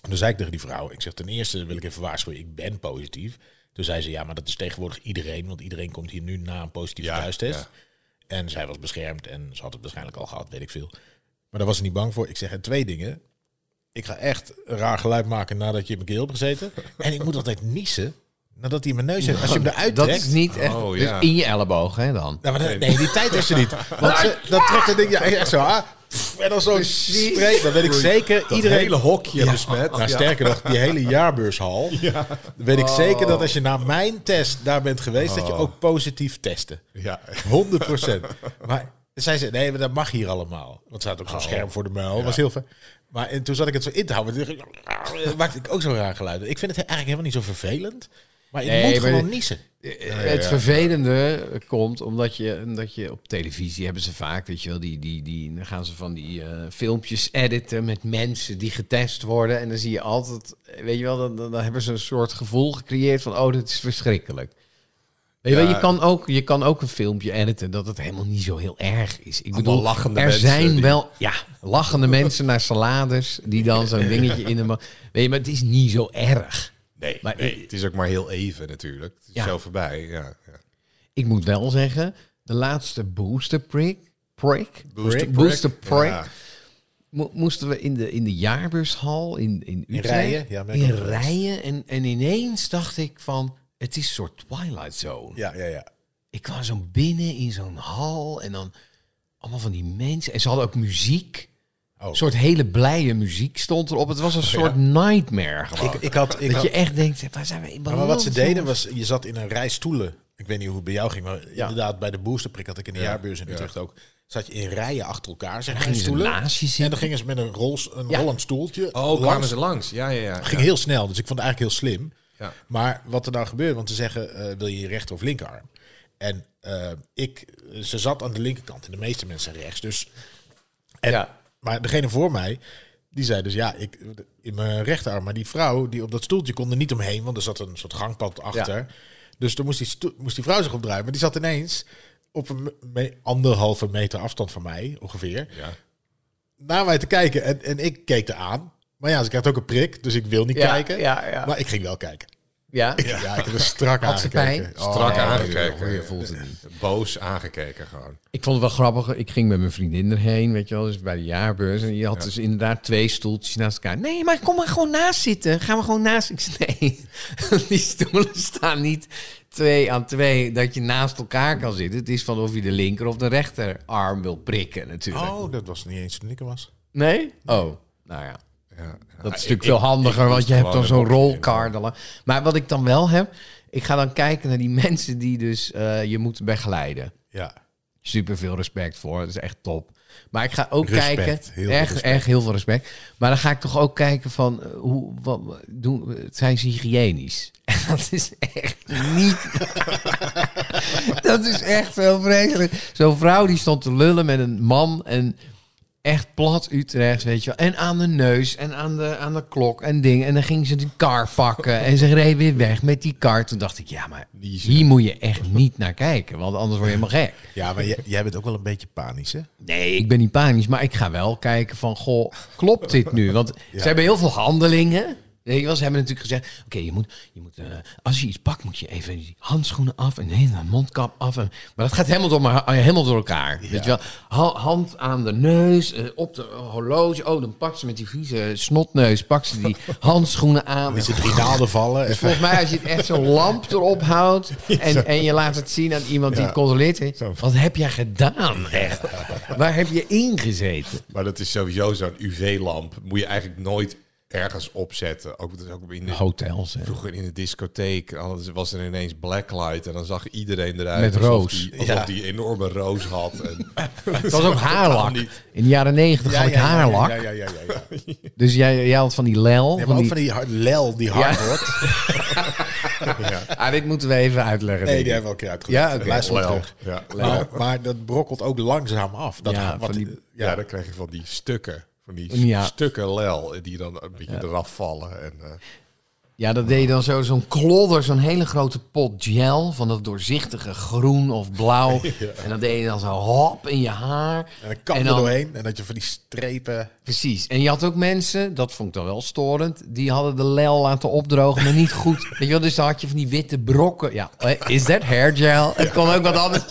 En toen zei ik tegen die vrouw, ik zeg ten eerste wil ik even waarschuwen, ik ben positief. Toen zei ze, ja, maar dat is tegenwoordig iedereen, want iedereen komt hier nu na een positieve
Ja,
thuistest.
ja.
En zij was beschermd en ze had het waarschijnlijk al gehad, weet ik veel. Maar daar was ze niet bang voor. Ik zeg, en twee dingen. Ik ga echt een raar geluid maken nadat je in mijn keel hebt gezeten. En ik moet altijd niezen nadat hij in mijn neus heeft. Als je hem eruit
Dat
trekt...
is niet echt...
Oh,
dus
ja.
in je elleboog, hè, dan?
Nou, maar dat- nee, die tijd heeft ze niet. Want ze, dat trekt het ding ja, echt zo. Ah, pff, en dan zo'n streep. Dan weet ik zeker,
Dat
iedereen...
hele hokje
Ja. Oh.
besmet.
Nou,
Ja.
sterker nog, die hele jaarbeurshal. Dan weet ik zeker dat als je na mijn test daar bent geweest, dat je ook positief testte.
Ja.
100 Maar zij zei, nee, maar dat mag hier allemaal. Want ze had ook zo'n scherm voor de muil. was heel fijn. Maar en toen zat ik het zo in te houden. Toen dacht ik, ah, maakte ik ook zo'n raar geluid. Ik vind het eigenlijk helemaal niet zo vervelend. Maar ik
Nee,
moet
maar-
gewoon niezen.
Eh, Het vervelende komt omdat je, omdat je op televisie hebben ze vaak, weet je wel, die, die, die, dan gaan ze van die eh, filmpjes editen met mensen die getest worden. En dan zie je altijd, weet je wel, dan, dan, dan hebben ze een soort gevoel gecreëerd van, oh, dit is verschrikkelijk. Weet je, wel,
Ja.
je, kan ook, je kan ook een filmpje editen dat het helemaal niet zo heel erg is. Ik
Allemaal
bedoel,
lachende
er
mensen
zijn
die-
wel ja, lachende mensen naar salades die dan zo'n dingetje in de... ma- Weet je, maar het is niet zo erg.
Nee,
Maar
nee,
ik-
het is ook maar heel even natuurlijk. Het is
Ja.
zo voorbij. Ja, ja.
Ik moet wel zeggen, de laatste booster prick, prick,
Booster
booster
prick,
prick,
ja.
mo- moesten we in de, in de jaarbeurshal in, in Utrecht.
rijen? Ja, ben ik
in
ook geweest.
rijen. En, en ineens dacht ik van, het is een soort Twilight Zone.
Ja, ja, ja.
Ik kwam zo binnen in zo'n hal en dan allemaal van die mensen. En ze hadden ook muziek.
Oh.
Een soort hele blije muziek stond erop. Het was een soort nightmare gewoon.
Ik, ik had, ik
dat
had
je echt denkt, waar zijn we in
Ja, Nou.
balans?
maar wat ze deden was, je zat in een rij stoelen. Ik weet niet hoe het bij jou ging, maar
Ja.
inderdaad bij de boosterprik had ik in de
Ja,
jaarbeurs in
ja.
Utrecht ook. Zat je in rijen achter elkaar, zeg maar, in
Gingen ze
stoelen.
naast je
En
zitten?
dan gingen ze met een, rols, een
Ja.
rollend stoeltje
Oh,
langs.
kwamen ze langs. Ja, ja, ja.
ging heel snel, dus ik vond het eigenlijk heel slim.
Ja.
Maar wat er nou gebeurde, want ze zeggen, eh, wil je je rechter of linkerarm? En eh, ik, ze zat aan de linkerkant en de meeste mensen rechts. Dus, en,
Ja.
Maar degene voor mij, die zei dus, ja, ik, in mijn rechterarm. Maar die vrouw, die op dat stoeltje kon er niet omheen, want er zat een soort gangpad achter. Dus toen moest die, stoel- moest die vrouw zich opdraaien. Maar die zat ineens op een me- me- anderhalve meter afstand van mij, ongeveer
Ja.
naar mij te kijken. En, en ik keek er aan. Maar ja, ze krijgt ook een prik, dus ik wil niet
Ja,
kijken.
ja, ja.
Maar ik ging wel kijken.
Ja,
Ja, ik heb er strak
Had ze
aangekeken. Oh.
pijn?
Strak
ja,
aangekeken.
je voelt het niet.
Boos aangekeken gewoon.
Ik vond het wel grappig. Ik ging met mijn vriendin erheen, weet je wel, dus bij de jaarbeurs. En je had dus inderdaad twee stoeltjes naast elkaar. Nee, maar kom maar gewoon naast zitten. Gaan we gewoon naast. Ik zei, nee, die stoelen staan niet twee aan twee dat je naast elkaar kan zitten. Het is van of je de linker of de rechterarm wil prikken natuurlijk.
Oh, dat was niet eens toen ik er was.
Nee? Oh, nou ja.
Ja.
Dat
Ja,
is natuurlijk
ik-
veel
ik-
handiger,
ik
want
moest
je hebt
gewoon
dan zo'n
een boxje in.
rolkar. dan- Maar wat ik dan wel heb, ik ga dan kijken naar die mensen die dus eh, je moeten begeleiden.
Ja.
Super veel respect voor. Dat is echt top. Maar ik ga ook
Respect,
kijken.
heel veel
echt,
respect.
echt heel veel respect. Maar dan ga ik toch ook kijken van eh, hoe wat, wat doen, zijn ze hygiënisch? En dat is echt niet. dat is echt heel vreselijk. Zo'n vrouw die stond te lullen met een man en echt plat Utrecht, weet je wel. En aan de neus en aan de, aan de klok en dingen. En dan ging ze de kar pakken en ze reed weer weg met die kar. Toen dacht ik, ja, maar hier moet je echt niet naar kijken, want anders word je helemaal gek.
Ja, maar jij, jij bent ook wel een beetje panisch, hè?
Nee, ik ben niet panisch, maar ik ga wel kijken van, goh, klopt dit nu? Want ze hebben heel veel handelingen. Weet je wel, ze hebben natuurlijk gezegd, oké, je moet, je moet eh, als je iets pakt, moet je even die handschoenen af en de mondkap af. En, maar dat gaat helemaal door, maar, helemaal door elkaar. Weet je wel, Ha- hand aan de neus, eh, op de horloge. Oh, dan pakt ze met die vieze snotneus, pakt ze die handschoenen aan.
Is het drie naalden vallen?
Dus
Even-
volgens mij, als je het echt zo'n lamp erop houdt en, en je laat het zien aan iemand die
Ja.
het controleert, hè,
Zo.
wat heb jij gedaan echt? Waar heb je ingezeten?
Maar dat is sowieso zo'n UV-lamp. Moet je eigenlijk nooit ergens opzetten. Ook, dat is ook
Ah.
in de,
Hotels, hè.
vroeger in de discotheek alles- was er ineens blacklight. En dan zag iedereen eruit.
Met
alsof
roos.
Die, alsof
Ja.
die enorme roos had. En,
Het was ook haarlak.
niet.
In de jaren negentig had ik haarlak.
Ja, ja, ja. ja, ja. Nee,
Dus jij, jij had van die lel.
maar
van
ook
die...
van die hard, lel die hard wordt.
Ah, dit moeten we even uitleggen.
Nee,
denk
die
ik.
hebben we al een keer uitgelegd.
Ja, oké.
Luister maar
Lel.
terug.
Ja, lel.
maar, maar dat brokkelt ook langzaam af. Dat
Ja,
wat,
van die-
ja,
ja,
dan krijg je van die stukken. Van die
Ja.
stukken lel. Die dan een beetje eraf vallen. En, eh,
Ja, dat deed je dan zo, zo'n klodder, zo'n hele grote pot gel van dat doorzichtige groen of blauw. En dat deed je dan zo hop in je haar.
en dan kan er
dan-
doorheen. En dat je van die strepen...
Precies. En je had ook mensen, dat vond ik dan wel storend, die hadden de lel laten opdrogen, maar niet goed. Weet je wel, dus dan had je van die witte brokken. Ja, eh, is dat hair gel? Het kon ook wat anders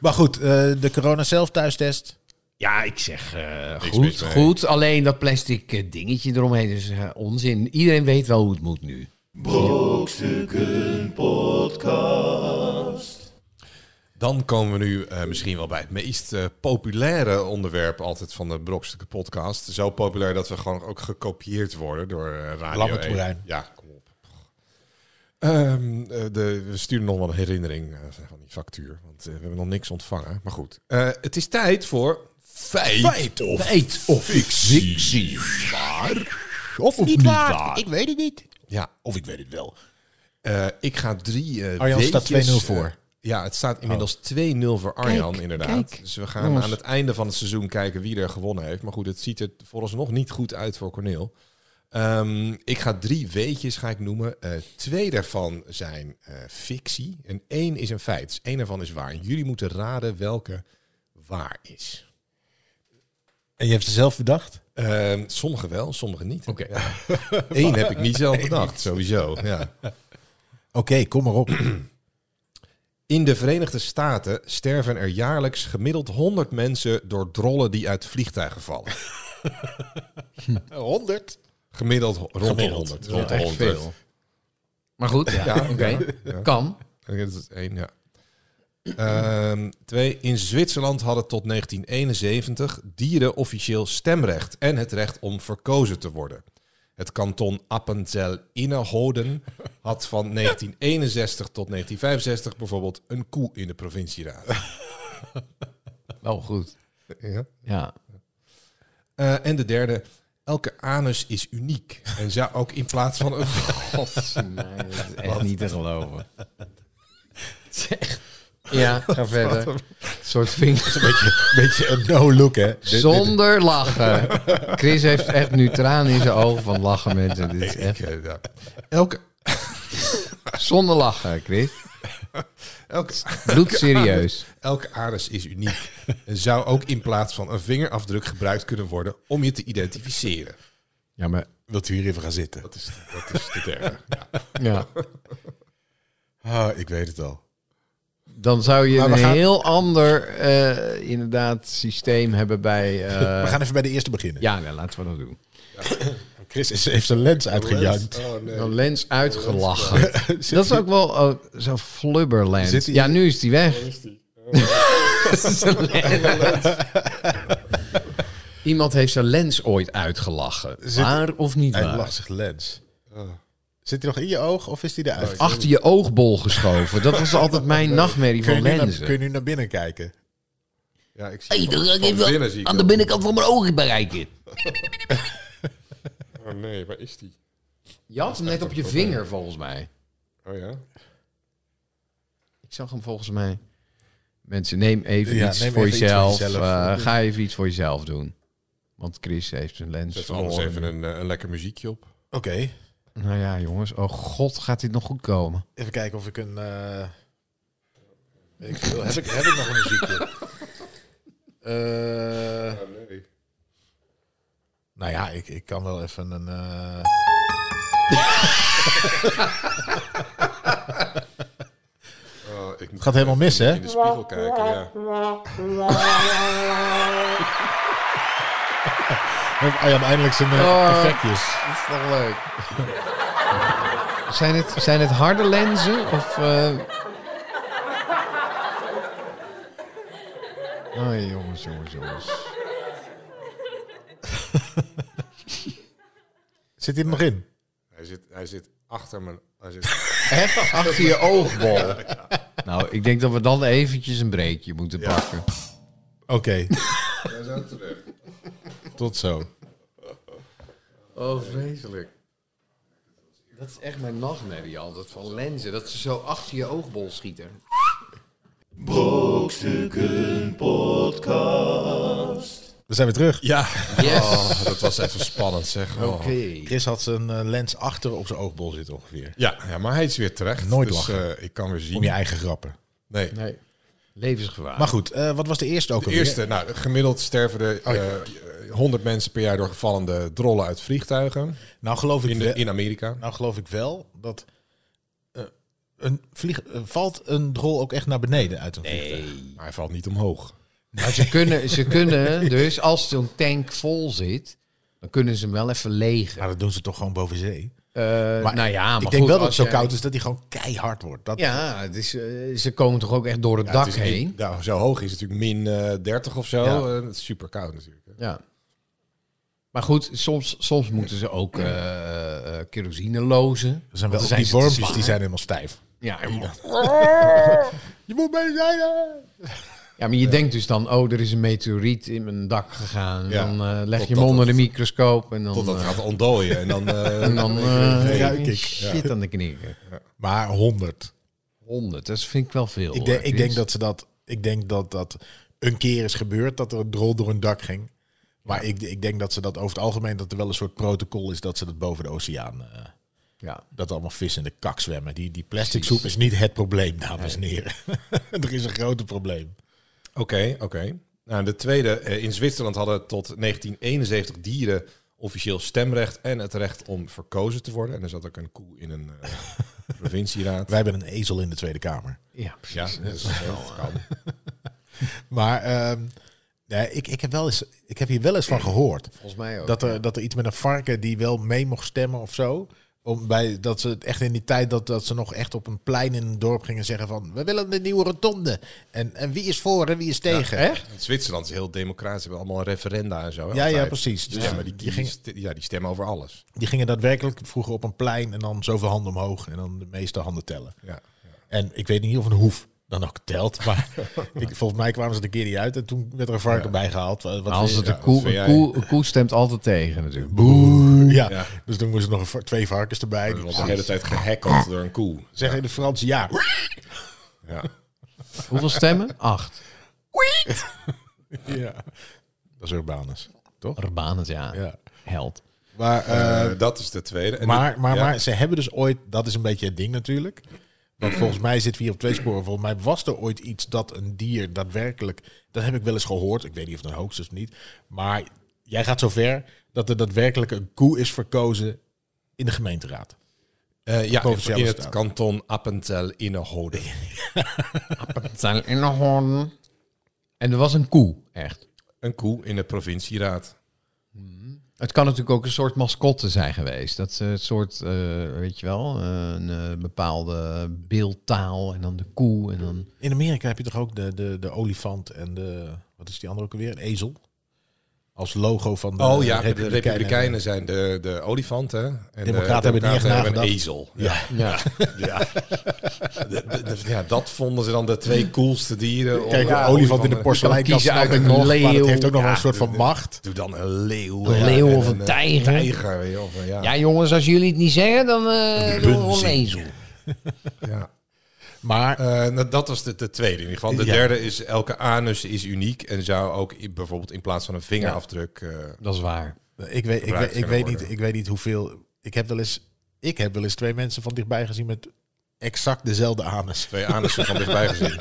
Maar goed, eh, de corona zelf thuistest.
Ja, ik zeg eh,
mis
goed,
mee.
goed. Alleen dat plastic eh, dingetje eromheen is eh, onzin. Iedereen weet wel hoe het moet nu.
Brokstukken Podcast.
Dan komen we nu eh, misschien wel bij het meest eh, populaire onderwerp altijd van de Brokstukken podcast. Zo populair dat we gewoon ook gekopieerd worden door eh, Radio
Lammert
1.
Brein.
Ja, kom op. Ehm, eh, de, we sturen nog wel een herinnering eh, van die factuur, want eh, we hebben nog niks ontvangen. Maar goed, Eh, het is tijd voor feit, of,
Feit
of fictie.
Of, niet waar. Ik weet het niet.
Ja,
Of ik weet het wel.
eh, ik ga drie eh
Arjan staat
weetjes,
2-0
eh,
voor. Oh.
ja, het staat inmiddels 2-0 voor Arjan,
Kijk,
inderdaad.
kijk.
Dus we gaan aan het einde van het seizoen kijken wie er gewonnen heeft. Maar goed, het ziet er vooralsnog niet goed uit voor Corneel. Ehm, ik ga drie weetjes ga ik noemen. Eh, twee daarvan zijn eh, fictie en één is een feit. Dus één daarvan is waar. En jullie moeten raden welke waar is.
En je hebt ze zelf bedacht?
Ehm, sommige wel, sommige niet.
Oké.
Ja. Eén heb ik niet zelf bedacht, sowieso. Ja.
Oké, kom maar op.
In de Verenigde Staten sterven er jaarlijks gemiddeld 100 mensen door drollen die uit vliegtuigen vallen.
100.
Gemiddeld ho- rond de
Gemiddeld.
100.
Ja,
Rond de
echt
100.
veel. Maar goed, ja, oké.
ja.
Kan.
Ik denk dat het één, ja. Ehm, twee, in Zwitserland hadden tot 1971 dieren officieel stemrecht en het recht om verkozen te worden. Het kanton Appenzell-Innerrhoden had van 1961 tot 1965 bijvoorbeeld een koe in de provincieraad.
Wel goed.
Ja.
Ja.
Eh, en de derde, elke anus is uniek en zou ook in plaats van een...
Godzijdank, dat is echt niet te geloven. Het is echt- Ja, ga verder. Een soort vinger.
Beetje een no-look, hè? Dit- dit-
Zonder lachen. Chris heeft echt nu tranen in zijn ogen van lachen, mensen. Dit is echt...
Oké, ja. Elke,
Zonder lachen, Chris.
elke
Bloed serieus.
Elke anus is uniek en zou ook in plaats van een vingerafdruk gebruikt kunnen worden om je te identificeren.
Ja, maar...
Wilt u hier even gaan zitten?
Dat is, dat is de derde. Ja.
Ja.
Ah, ik weet het al.
Dan zou je
Maar
een
we gaan-
heel ander, eh, inderdaad, systeem hebben bij... eh,
we gaan even bij de eerste beginnen.
Ja, nou, laten we dat doen.
Chris is, heeft zijn lens uitgejankt.
Oh, nee.
Een lens uitgelachen. dat is ook wel oh, zo'n flubberlens.
Zit die- Oh.
Ja, nu is die weg. Dat is een lens. Iemand heeft zijn lens ooit uitgelachen. waar of niet
Hij
waar?
lacht zich lens. Zit hij nog in je oog of is hij eruit?
Achter je oogbol geschoven. Dat was altijd mijn nachtmerrie
kun, je
van
nu naar, kun je
lenzen.
nu naar binnen kijken?
Ja, ik zie
Hey, dan ga ik
van
even
binnen zie ik
aan de
dat.
binnenkant van mijn ogen bereiken.
Oh nee, waar is die?
Je had hem net op je vinger, volgens mij.
Oh ja?
Ik zag hem volgens mij. Mensen, neem even
Ja,
iets
neem
voor
even iets
jezelf.
voor jezelf.
Eh, ga even iets voor jezelf doen. Want Chris heeft zijn lens
Zet er anders
verloren.
even een, eh, een lekker muziekje op.
Oké,
Nou ja, jongens. Oh god, gaat dit nog goed komen?
even kijken of ik een... eh, weet ik veel. heb, ik, heb ik nog een muziekje? Eh,
Ah, nee.
nou ja, ik, ik kan wel even een... eh,
ik moet
Het gaat helemaal mis, hè?
in de spiegel kijken. Ja.
Oh ja, maar eindelijk zijn eh,
Oh.
effectjes.
Dat is toch leuk. zijn, het, zijn het harde lenzen of... eh? Oh, jongens, jongens, jongens.
Zit hij er nog in?
Hij, zit, hij zit achter mijn... Hij zit,
Hef achter je oogbol. Nou, ik denk dat we dan eventjes een breekje moeten pakken.
Oké,
hij is ook terug.
tot zo.
Oh, vreselijk. Dat is echt mijn nachtmerrie altijd, van lenzen. Dat ze zo achter je oogbol schieten.
Brokstukken Podcast.
Dan zijn we terug.
Ja,
Yes.
oh, dat was even spannend zeg. Oh.
Oké.
Chris had zijn eh, lens achter op zijn oogbol zitten ongeveer.
Ja, ja, maar hij is weer terecht.
Nooit
dus,
lachen.
eh, ik kan weer zien.
Om je eigen grappen.
Nee.
Nee. Levensgevaar.
Maar goed, eh, wat was de eerste ook
De
alweer?
eerste, nou, gemiddeld sterven er
Oh,
eh, 100 mensen per jaar door gevallende drollen uit vliegtuigen
Nou geloof ik
in,
wel-
de, in Amerika.
Nou geloof ik wel dat eh, een vlieg, eh, valt een drol ook echt naar beneden uit een vliegtuig.
Maar hij valt niet omhoog.
Maar ze kunnen, ze kunnen dus als zo'n tank vol zit, dan kunnen ze hem wel even legen.
Maar dat doen ze toch gewoon boven zee.
Eh,
maar
nou ja, maar
ik denk
goed,
wel dat het
als
zo
jij-
koud is dat hij gewoon keihard wordt. Dat,
Ja, het is, eh, ze komen toch ook echt door het
Ja,
dak
het is niet-
heen.
nou, zo hoog is het natuurlijk min eh, 30 of zo.
Ja.
Eh, het is super koud natuurlijk. hè.
Ja. Maar goed, soms, soms moeten ze ook eh, eh, kerosine lozen.
Er zijn wel
Want
ook
dan
die
zijn ze te
wormpjes die zijn helemaal stijf.
Ja, en-
Je moet bij zijn.
ja, maar je denkt dus dan, oh, er is een meteoriet in mijn dak gegaan. En
Ja,
dan eh, leg je
totdat
hem onder de
het-
microscoop en dan,
Totdat
eh,
het gaat ontdooien. En dan, eh,
en dan eh,
Nee, ruik ik.
shit aan de knikken.
Maar 100.
100, dat vind ik wel veel.
Ik,
hoor,
denk, ik
Chris.
denk dat ze dat. Ik denk dat dat een keer is gebeurd dat er een drol door een dak ging. Maar ik, ik denk dat ze dat over het algemeen dat er wel een soort protocol is dat ze dat boven de oceaan. eh,
Ja.
dat allemaal vis in de kak zwemmen. Die, die plastic soep is niet het probleem, dames en heren. er is een groter probleem.
Oké, oké. Nou, de tweede, eh, in Zwitserland hadden tot 1971 dieren officieel stemrecht en het recht om verkozen te worden. En er zat ook een koe in een, eh, provincieraad.
Wij hebben een ezel in de Tweede Kamer.
Ja,
Ja, dus, eh, dat is wel
eh,
kan.
Maar ehm, nee, ik, ik, heb wel eens, ik heb hier wel eens van gehoord.
volgens mij ook.
Dat er, dat er iets met een varken die wel mee mocht stemmen of zo. Om bij, dat ze het echt in die tijd dat, dat ze nog echt op een plein in een dorp gingen zeggen van... We willen een nieuwe rotonde. En, en wie is voor en wie is tegen.
echt?
In Zwitserland is heel democratisch. Ze hebben allemaal referenda en zo. hè,
Ja,
altijd.
ja, precies.
Die
Dus
stemmen,
ja,
die,
je
die,
ging-
st- ja, die stemmen over alles.
Die gingen daadwerkelijk vroeger op een plein en dan zoveel handen omhoog. En dan de meeste handen tellen.
Ja.
En ik weet niet of een hoef dan ook telt. Maar ik, volgens mij kwamen ze er een keer niet uit. En toen werd er een varken bijgehaald. eh, Wat
Maar Nou, als
wil
het
je?
een, koe,
vind
een,
jij?
koe, een koe stemt altijd tegen natuurlijk.
ja.
Ja.
dus toen moesten nog een va- twee varkens erbij.
We worden de hele tijd gehackeld door een koe.
Zeggen in de Frans ja.
Ja.
Hoeveel stemmen? Acht.
ja. Dat is Urbanus.
Urbanus, ja.
Ja.
Held.
Maar, eh,
Eh, dat is de tweede. En
maar,
die-
maar,
ja.
maar ze hebben dus ooit... Dat is een beetje het ding natuurlijk. Want volgens mij zitten we hier op twee sporen. Volgens mij was er ooit iets dat een dier daadwerkelijk... Dat heb ik wel eens gehoord. Ik weet niet of het een hoax is of niet. Maar jij gaat zover dat er daadwerkelijk een koe is verkozen in de gemeenteraad.
Eh, ja, in,
Provinciale
in het
staat.
kanton Appentel Innenhoden.
Het zijn in En er was een koe, echt.
Een koe in de provincieraad.
Het kan natuurlijk ook een soort mascotte zijn geweest. Dat ze het soort, eh, weet je wel, eh, een eh, bepaalde beeldtaal en dan de koe en dan...
In Amerika heb je toch ook de, de, de olifant en de... Wat is die andere ook alweer? Een ezel? Als logo van de
oh ja, de
Republikeinen.
Republikeinen zijn de, de olifanten. En de
Democraten hebben niet echt
een
nagedacht.
ezel. Ja.
Ja.
Ja.
Ja. De- de- de- ja, dat vonden ze dan de twee coolste dieren. Om-
Kijk,
ja,
een olifant in de
olifanten.
porseleinkast
kiezen
snap
uit
ik
een
nog, maar
leeuw.
het heeft ook nog wel een
Ja,
soort van
de-
macht.
Doe dan een leeuw.
Een
ja,
leeuw
en
of een
eh,
tijger.
tijger, weet je, of, eh, ja. Ja.
jongens, als jullie het niet zeggen, dan eh,
doen we onezel. Maar
Eh, nou, dat was de, de tweede in ieder geval. De
Ja.
derde is, elke anus is uniek en zou ook i- bijvoorbeeld in plaats van een vingerafdruk... eh,
Dat is waar.
ik weet, ik,
Gebruikt
weet, ik,
kunnen
weet
worden.
niet, ik weet niet hoeveel... Ik heb, wel eens, ik heb wel eens twee mensen van dichtbij gezien met exact dezelfde anus.
twee anussen van dichtbij gezien.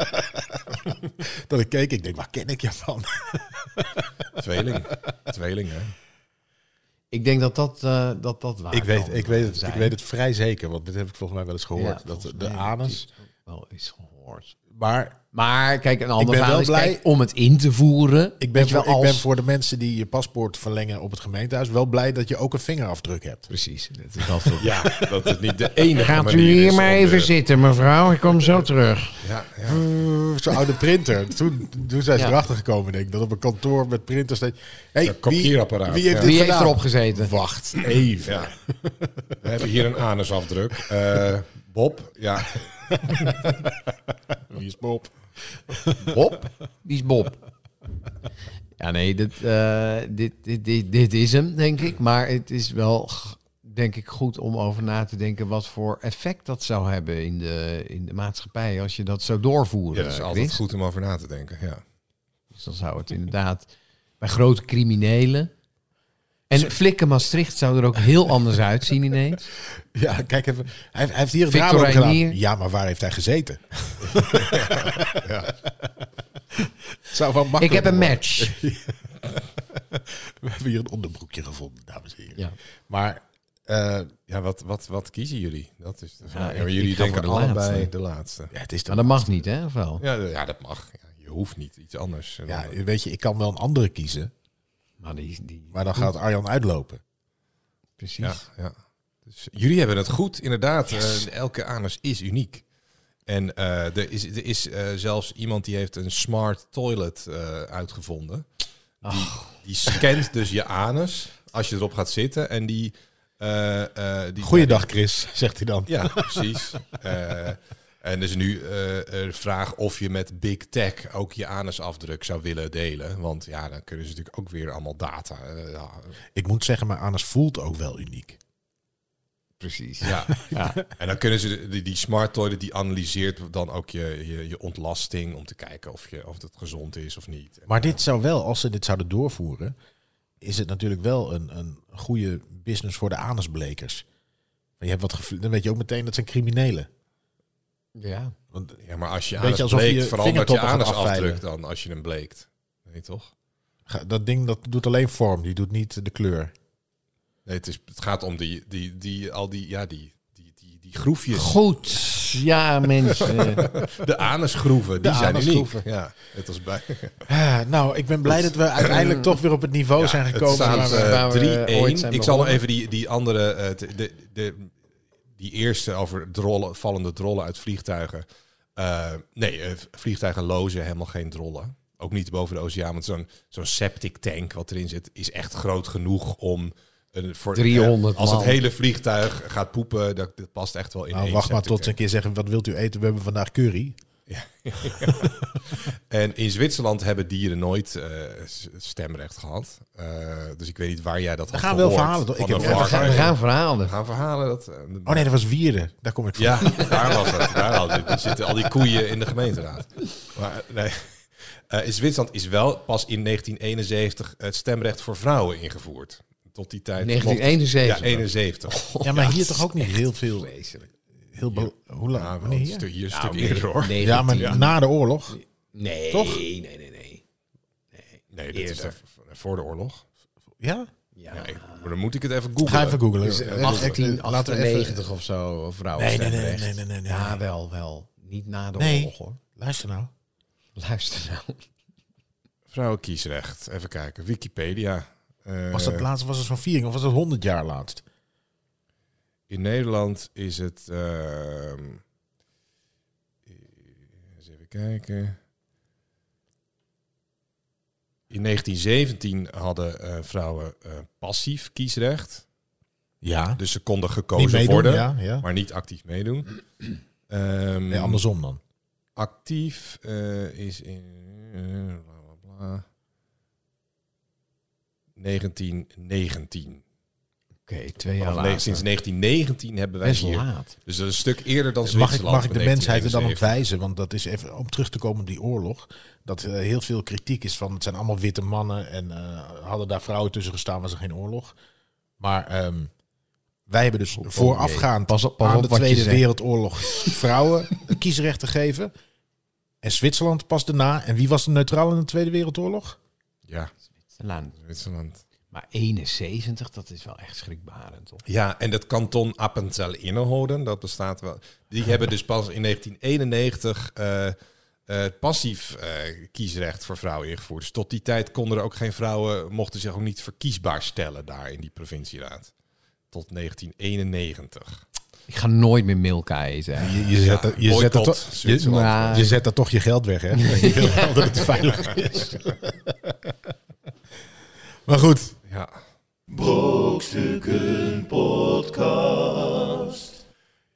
Dat ik keek, ik denk, waar ken ik je van?
Tweeling. Tweeling, hè.
Ik denk dat dat, eh, dat, dat waar
Ik weet,
kan
ik, weet het,
zijn.
ik weet het vrij zeker, want dit heb ik volgens mij wel eens
Ja,
gehoord. dat
volgens
de
mij
anus...
heb ik dit ook wel eens gehoord.
Maar
Maar kijk, een ander
ben
verhaal
wel
is
blij-
kijk, om het in te voeren.
ik ben,
weet je
voor,
wel,
ik
als-
ben voor de mensen die je paspoort verlengen op het gemeentehuis... wel blij dat je ook een vingerafdruk hebt.
Precies, dat is altijd...
Ja, dat het niet de enige
Gaat u
manier is
hier
om
maar
de-
even zitten, mevrouw. Ik kom zo terug.
Ja, ja.
Zo'n oude printer. Toen, toen zijn ze
Ja.
erachter gekomen, denk ik. Dat op een kantoor met printers... Dat, hey,
Een kopieerapparaat,
Wie, wie heeft
ja.
dit
Wie heeft
gedaan?
erop gezeten?
Wacht, even.
Ja. We hebben hier een anusafdruk. Eh, Bob, ja.
Wie is Bob?
Bob? Wie is Bob? Ja, nee, dit, eh, dit, dit, dit, dit is hem, denk ik. Maar het is wel, g- denk ik, goed om over na te denken wat voor effect dat zou hebben in de, in de maatschappij als je dat zou doorvoeren.
ja dat is
Chris.
altijd goed om over na te denken. Ja.
Dus dan zou het inderdaad bij grote criminelen. En Flikken Maastricht zou er ook heel anders uitzien ineens.
Ja, kijk even. Hij, hij heeft hier het
Victor
raam op gedaan.
Reinier.
Ja, maar waar heeft hij gezeten? Het Zou wel makkelijk
Ik heb een
worden.
match.
We hebben hier een onderbroekje gevonden, dames en heren.
Ja.
Maar eh,
Ja, wat, wat, wat kiezen jullie? Dat is de vraag.
Ja,
Ja,
ik-
maar
ik
jullie
ga
denken
voor de
allebei
laatste.
de laatste.
ja, het is de
Maar Nou, dat mag niet, hè? Of wel?
Ja, d- ja dat mag. Ja, je hoeft niet iets anders. eh,
Ja,
Dan-
weet je, ik kan wel een andere kiezen.
Maar die, die,
Maar dan gaat Arjan uitlopen.
precies.
ja, ja. Dus jullie hebben het goed, inderdaad. Eh, elke anus is uniek. En eh, er is, er is eh, zelfs iemand die heeft een smart toilet eh, uitgevonden. Die, die scant dus je anus als je erop gaat zitten. En die... eh, eh, die
Goeiedag, Chris, zegt hij dan.
Ja, precies. Eh, en dus nu eh, eh, vraag of je met Big Tech ook je anusafdruk zou willen delen. Want ja, dan kunnen ze natuurlijk ook weer allemaal data. eh, ja,
Ik moet zeggen, mijn anus voelt ook wel uniek.
Precies.
ja. En dan kunnen ze de- die, die smart toilet die analyseert dan ook je, je, je ontlasting om te kijken of, je, of het gezond is of niet.
Maar dit zou wel, als ze dit zouden doorvoeren, is het natuurlijk wel een, een goede business voor de anusblekers. Maar Je hebt wat gevl- dan weet je ook meteen dat zijn criminelen.
Ja.
Want
Ja, maar als je
Beetje
anus
alsof je
bleekt, verandert je
vingertoppen gaat
anusafdruk
afveilen.
dan als je hem bleekt. Nee, toch?
ga- dat ding dat doet alleen vorm, die doet niet de kleur.
Nee, het, is, het gaat om die, die, die, al die, ja, die, die die, die groefjes,
Goed, ja mensen.
de anusgroeven, die
De
zijn
anusgroeven.
uniek. Ja, net als bij
Ah, nou, ik ben blij dat we uiteindelijk toch weer op het niveau zijn
het
gekomen. waar
staat
we-
eh, waar we
eh, 3-1.
ooit zijn
Ik zal nog
begonnen.
even die, die andere, eh, te- de, de, die eerste over drollen, vallende drollen uit vliegtuigen. Eh, nee, eh, vliegtuigen lozen helemaal geen drollen. Ook niet boven de oceaan, want zo'n zo'n septic tank wat erin zit is echt groot genoeg om... Een, voor,
300
eh, Als het
man.
hele vliegtuig gaat poepen, dat, dat past echt wel in
nou,
één
wacht maar
septic
tot ze een keer zeggen, wat wilt u eten? We hebben vandaag curry.
En in Zwitserland hebben dieren nooit eh, s- stemrecht gehad. Eh, dus ik weet niet waar jij dat had
gaan wel
gehoord.
verhalen, toch?
Van
Ik heb-
een
Ja,
we,
varken.
gaan, we gaan verhalen.
We gaan verhalen. Dat, eh,
Oh nee, dat was Wierden. Daar kom ik van.
Ja, daar was het. Daar hadden we- zitten al die koeien in de gemeenteraad. Maar nee. Eh, in Zwitserland is wel pas in 1971 het stemrecht voor vrouwen ingevoerd. Tot die tijd. mocht-
1971.
Ja, 71.
Oh, Ja, maar hier toch ook niet heel veel. Heel bo- Hoe lang?
Ja, wel
wanneer
een
hier?
stuk, hier een stuk eerder hoor. Nee,
Ja, maar na de oorlog.
Nee,
Toch?
nee, nee, nee.
dit is
eerder.
toch voor de oorlog.
Ja?
Ja,
Ja, ik- maar dan moet ik het even googlen.
Ga even googlen.
Dus, eh,
Even-
18,
laten we even-
98 of zo, of vrouwen
Nee, nee, nee,
stemrecht.
nee, nee, nee, nee.
Ja, wel, wel. Niet na de
Nee.
oorlog, hoor.
Luister nou.
Luister nou.
Vrouwenkiesrecht. Even kijken. Wikipedia. Eh,
Was dat laatst was het zo'n viering of was dat 100 jaar laatst?
In Nederland is het. ehm, eens even kijken. In 1917 hadden eh, vrouwen eh, passief kiesrecht.
Ja.
Dus ze konden
Niet
gekozen
meedoen,
worden,
ja. ja.
maar niet actief meedoen. Ehm,
Nee, andersom dan.
Actief eh, is in. eh, bla, bla, bla. 1919.
Oké, twee jaar
Of
later.
nee, sinds 1919 hebben wij
Best
hier
laat.
Dus dat is een stuk eerder dan
Dus mag ik,
Zwitserland. dus
mag ik de
van
mensheid er dan op
1971.
wijzen? Want dat is even om terug te komen op die oorlog. Dat eh, heel veel kritiek is van het zijn allemaal witte mannen. En eh, hadden daar vrouwen tussen gestaan, was er geen oorlog. Maar ehm, wij hebben dus voorafgaand
Pas op- pas
aan
op
de
wat je
Tweede
zegt.
Wereldoorlog vrouwen een kiesrecht te geven. En Zwitserland pas daarna. En wie was de neutraal in de Tweede Wereldoorlog?
Ja,
Laat.
Zwitserland.
Maar 71, dat is wel echt schrikbarend, toch?
Ja, en dat kanton appenzell Innerrhoden, dat bestaat wel. Die hebben dus pas in 1991 eh, eh, passief eh, kiesrecht voor vrouwen ingevoerd. Dus tot die tijd konden er ook geen vrouwen, mochten zich ook niet verkiesbaar stellen daar in die provincieraad. Tot 1991.
Ik ga nooit meer Milka eten. hè.
Je, je
Ja,
zet er- je zet er
boycott
toch- je-
Zwitserland.
Ja.
je zet er toch je geld weg, hè? Je wil wel dat het veilig is. Maar goed,
Ja.
Brokstukken Podcast.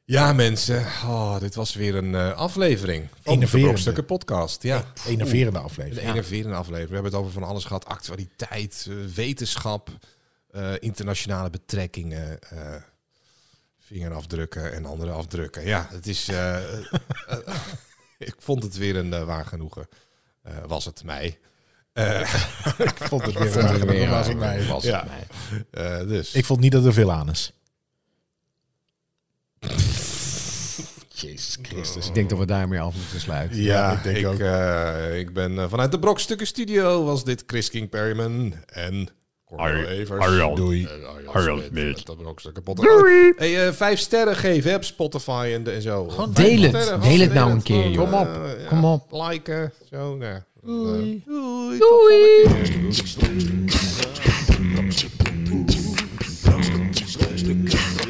ja, mensen. Oh, dit was weer een eh, aflevering van de
Enerverende.
Brokstukken podcast. Ja.
enerverende aflevering.
Een enerverende aflevering. We hebben het over van alles gehad. Actualiteit, eh, wetenschap, eh, internationale betrekkingen, eh, vingerafdrukken en andere afdrukken. Ja, het is... eh, eh, eh, ik vond het weer een eh, waar genoegen. Eh, was het mij. Eh,
Ik vond het weer
Vond
raar,
ik weer
dat was
raar,
het mij.
was
Ja.
het mij.
Eh, dus...
Ik vond niet dat er veel aan is.
Jezus Christus. Ik denk dat we daarmee af moeten sluiten.
Ja, ik denk ook.
eh, ik ben eh, vanuit de Brokstukken Studio was dit Chris King Perryman en Cornel Evers.
Doei.
Eh, Arjan Smit met de Brokstukken Podcast. Hey, eh, vijf sterren geven hè, op Spotify en, de- en zo. Gewoon
deel het. Deel het nou een keer, joh.
Kom op.
Kom op.
Liken. Zo, ja. Eh, Doei.
Brokstukken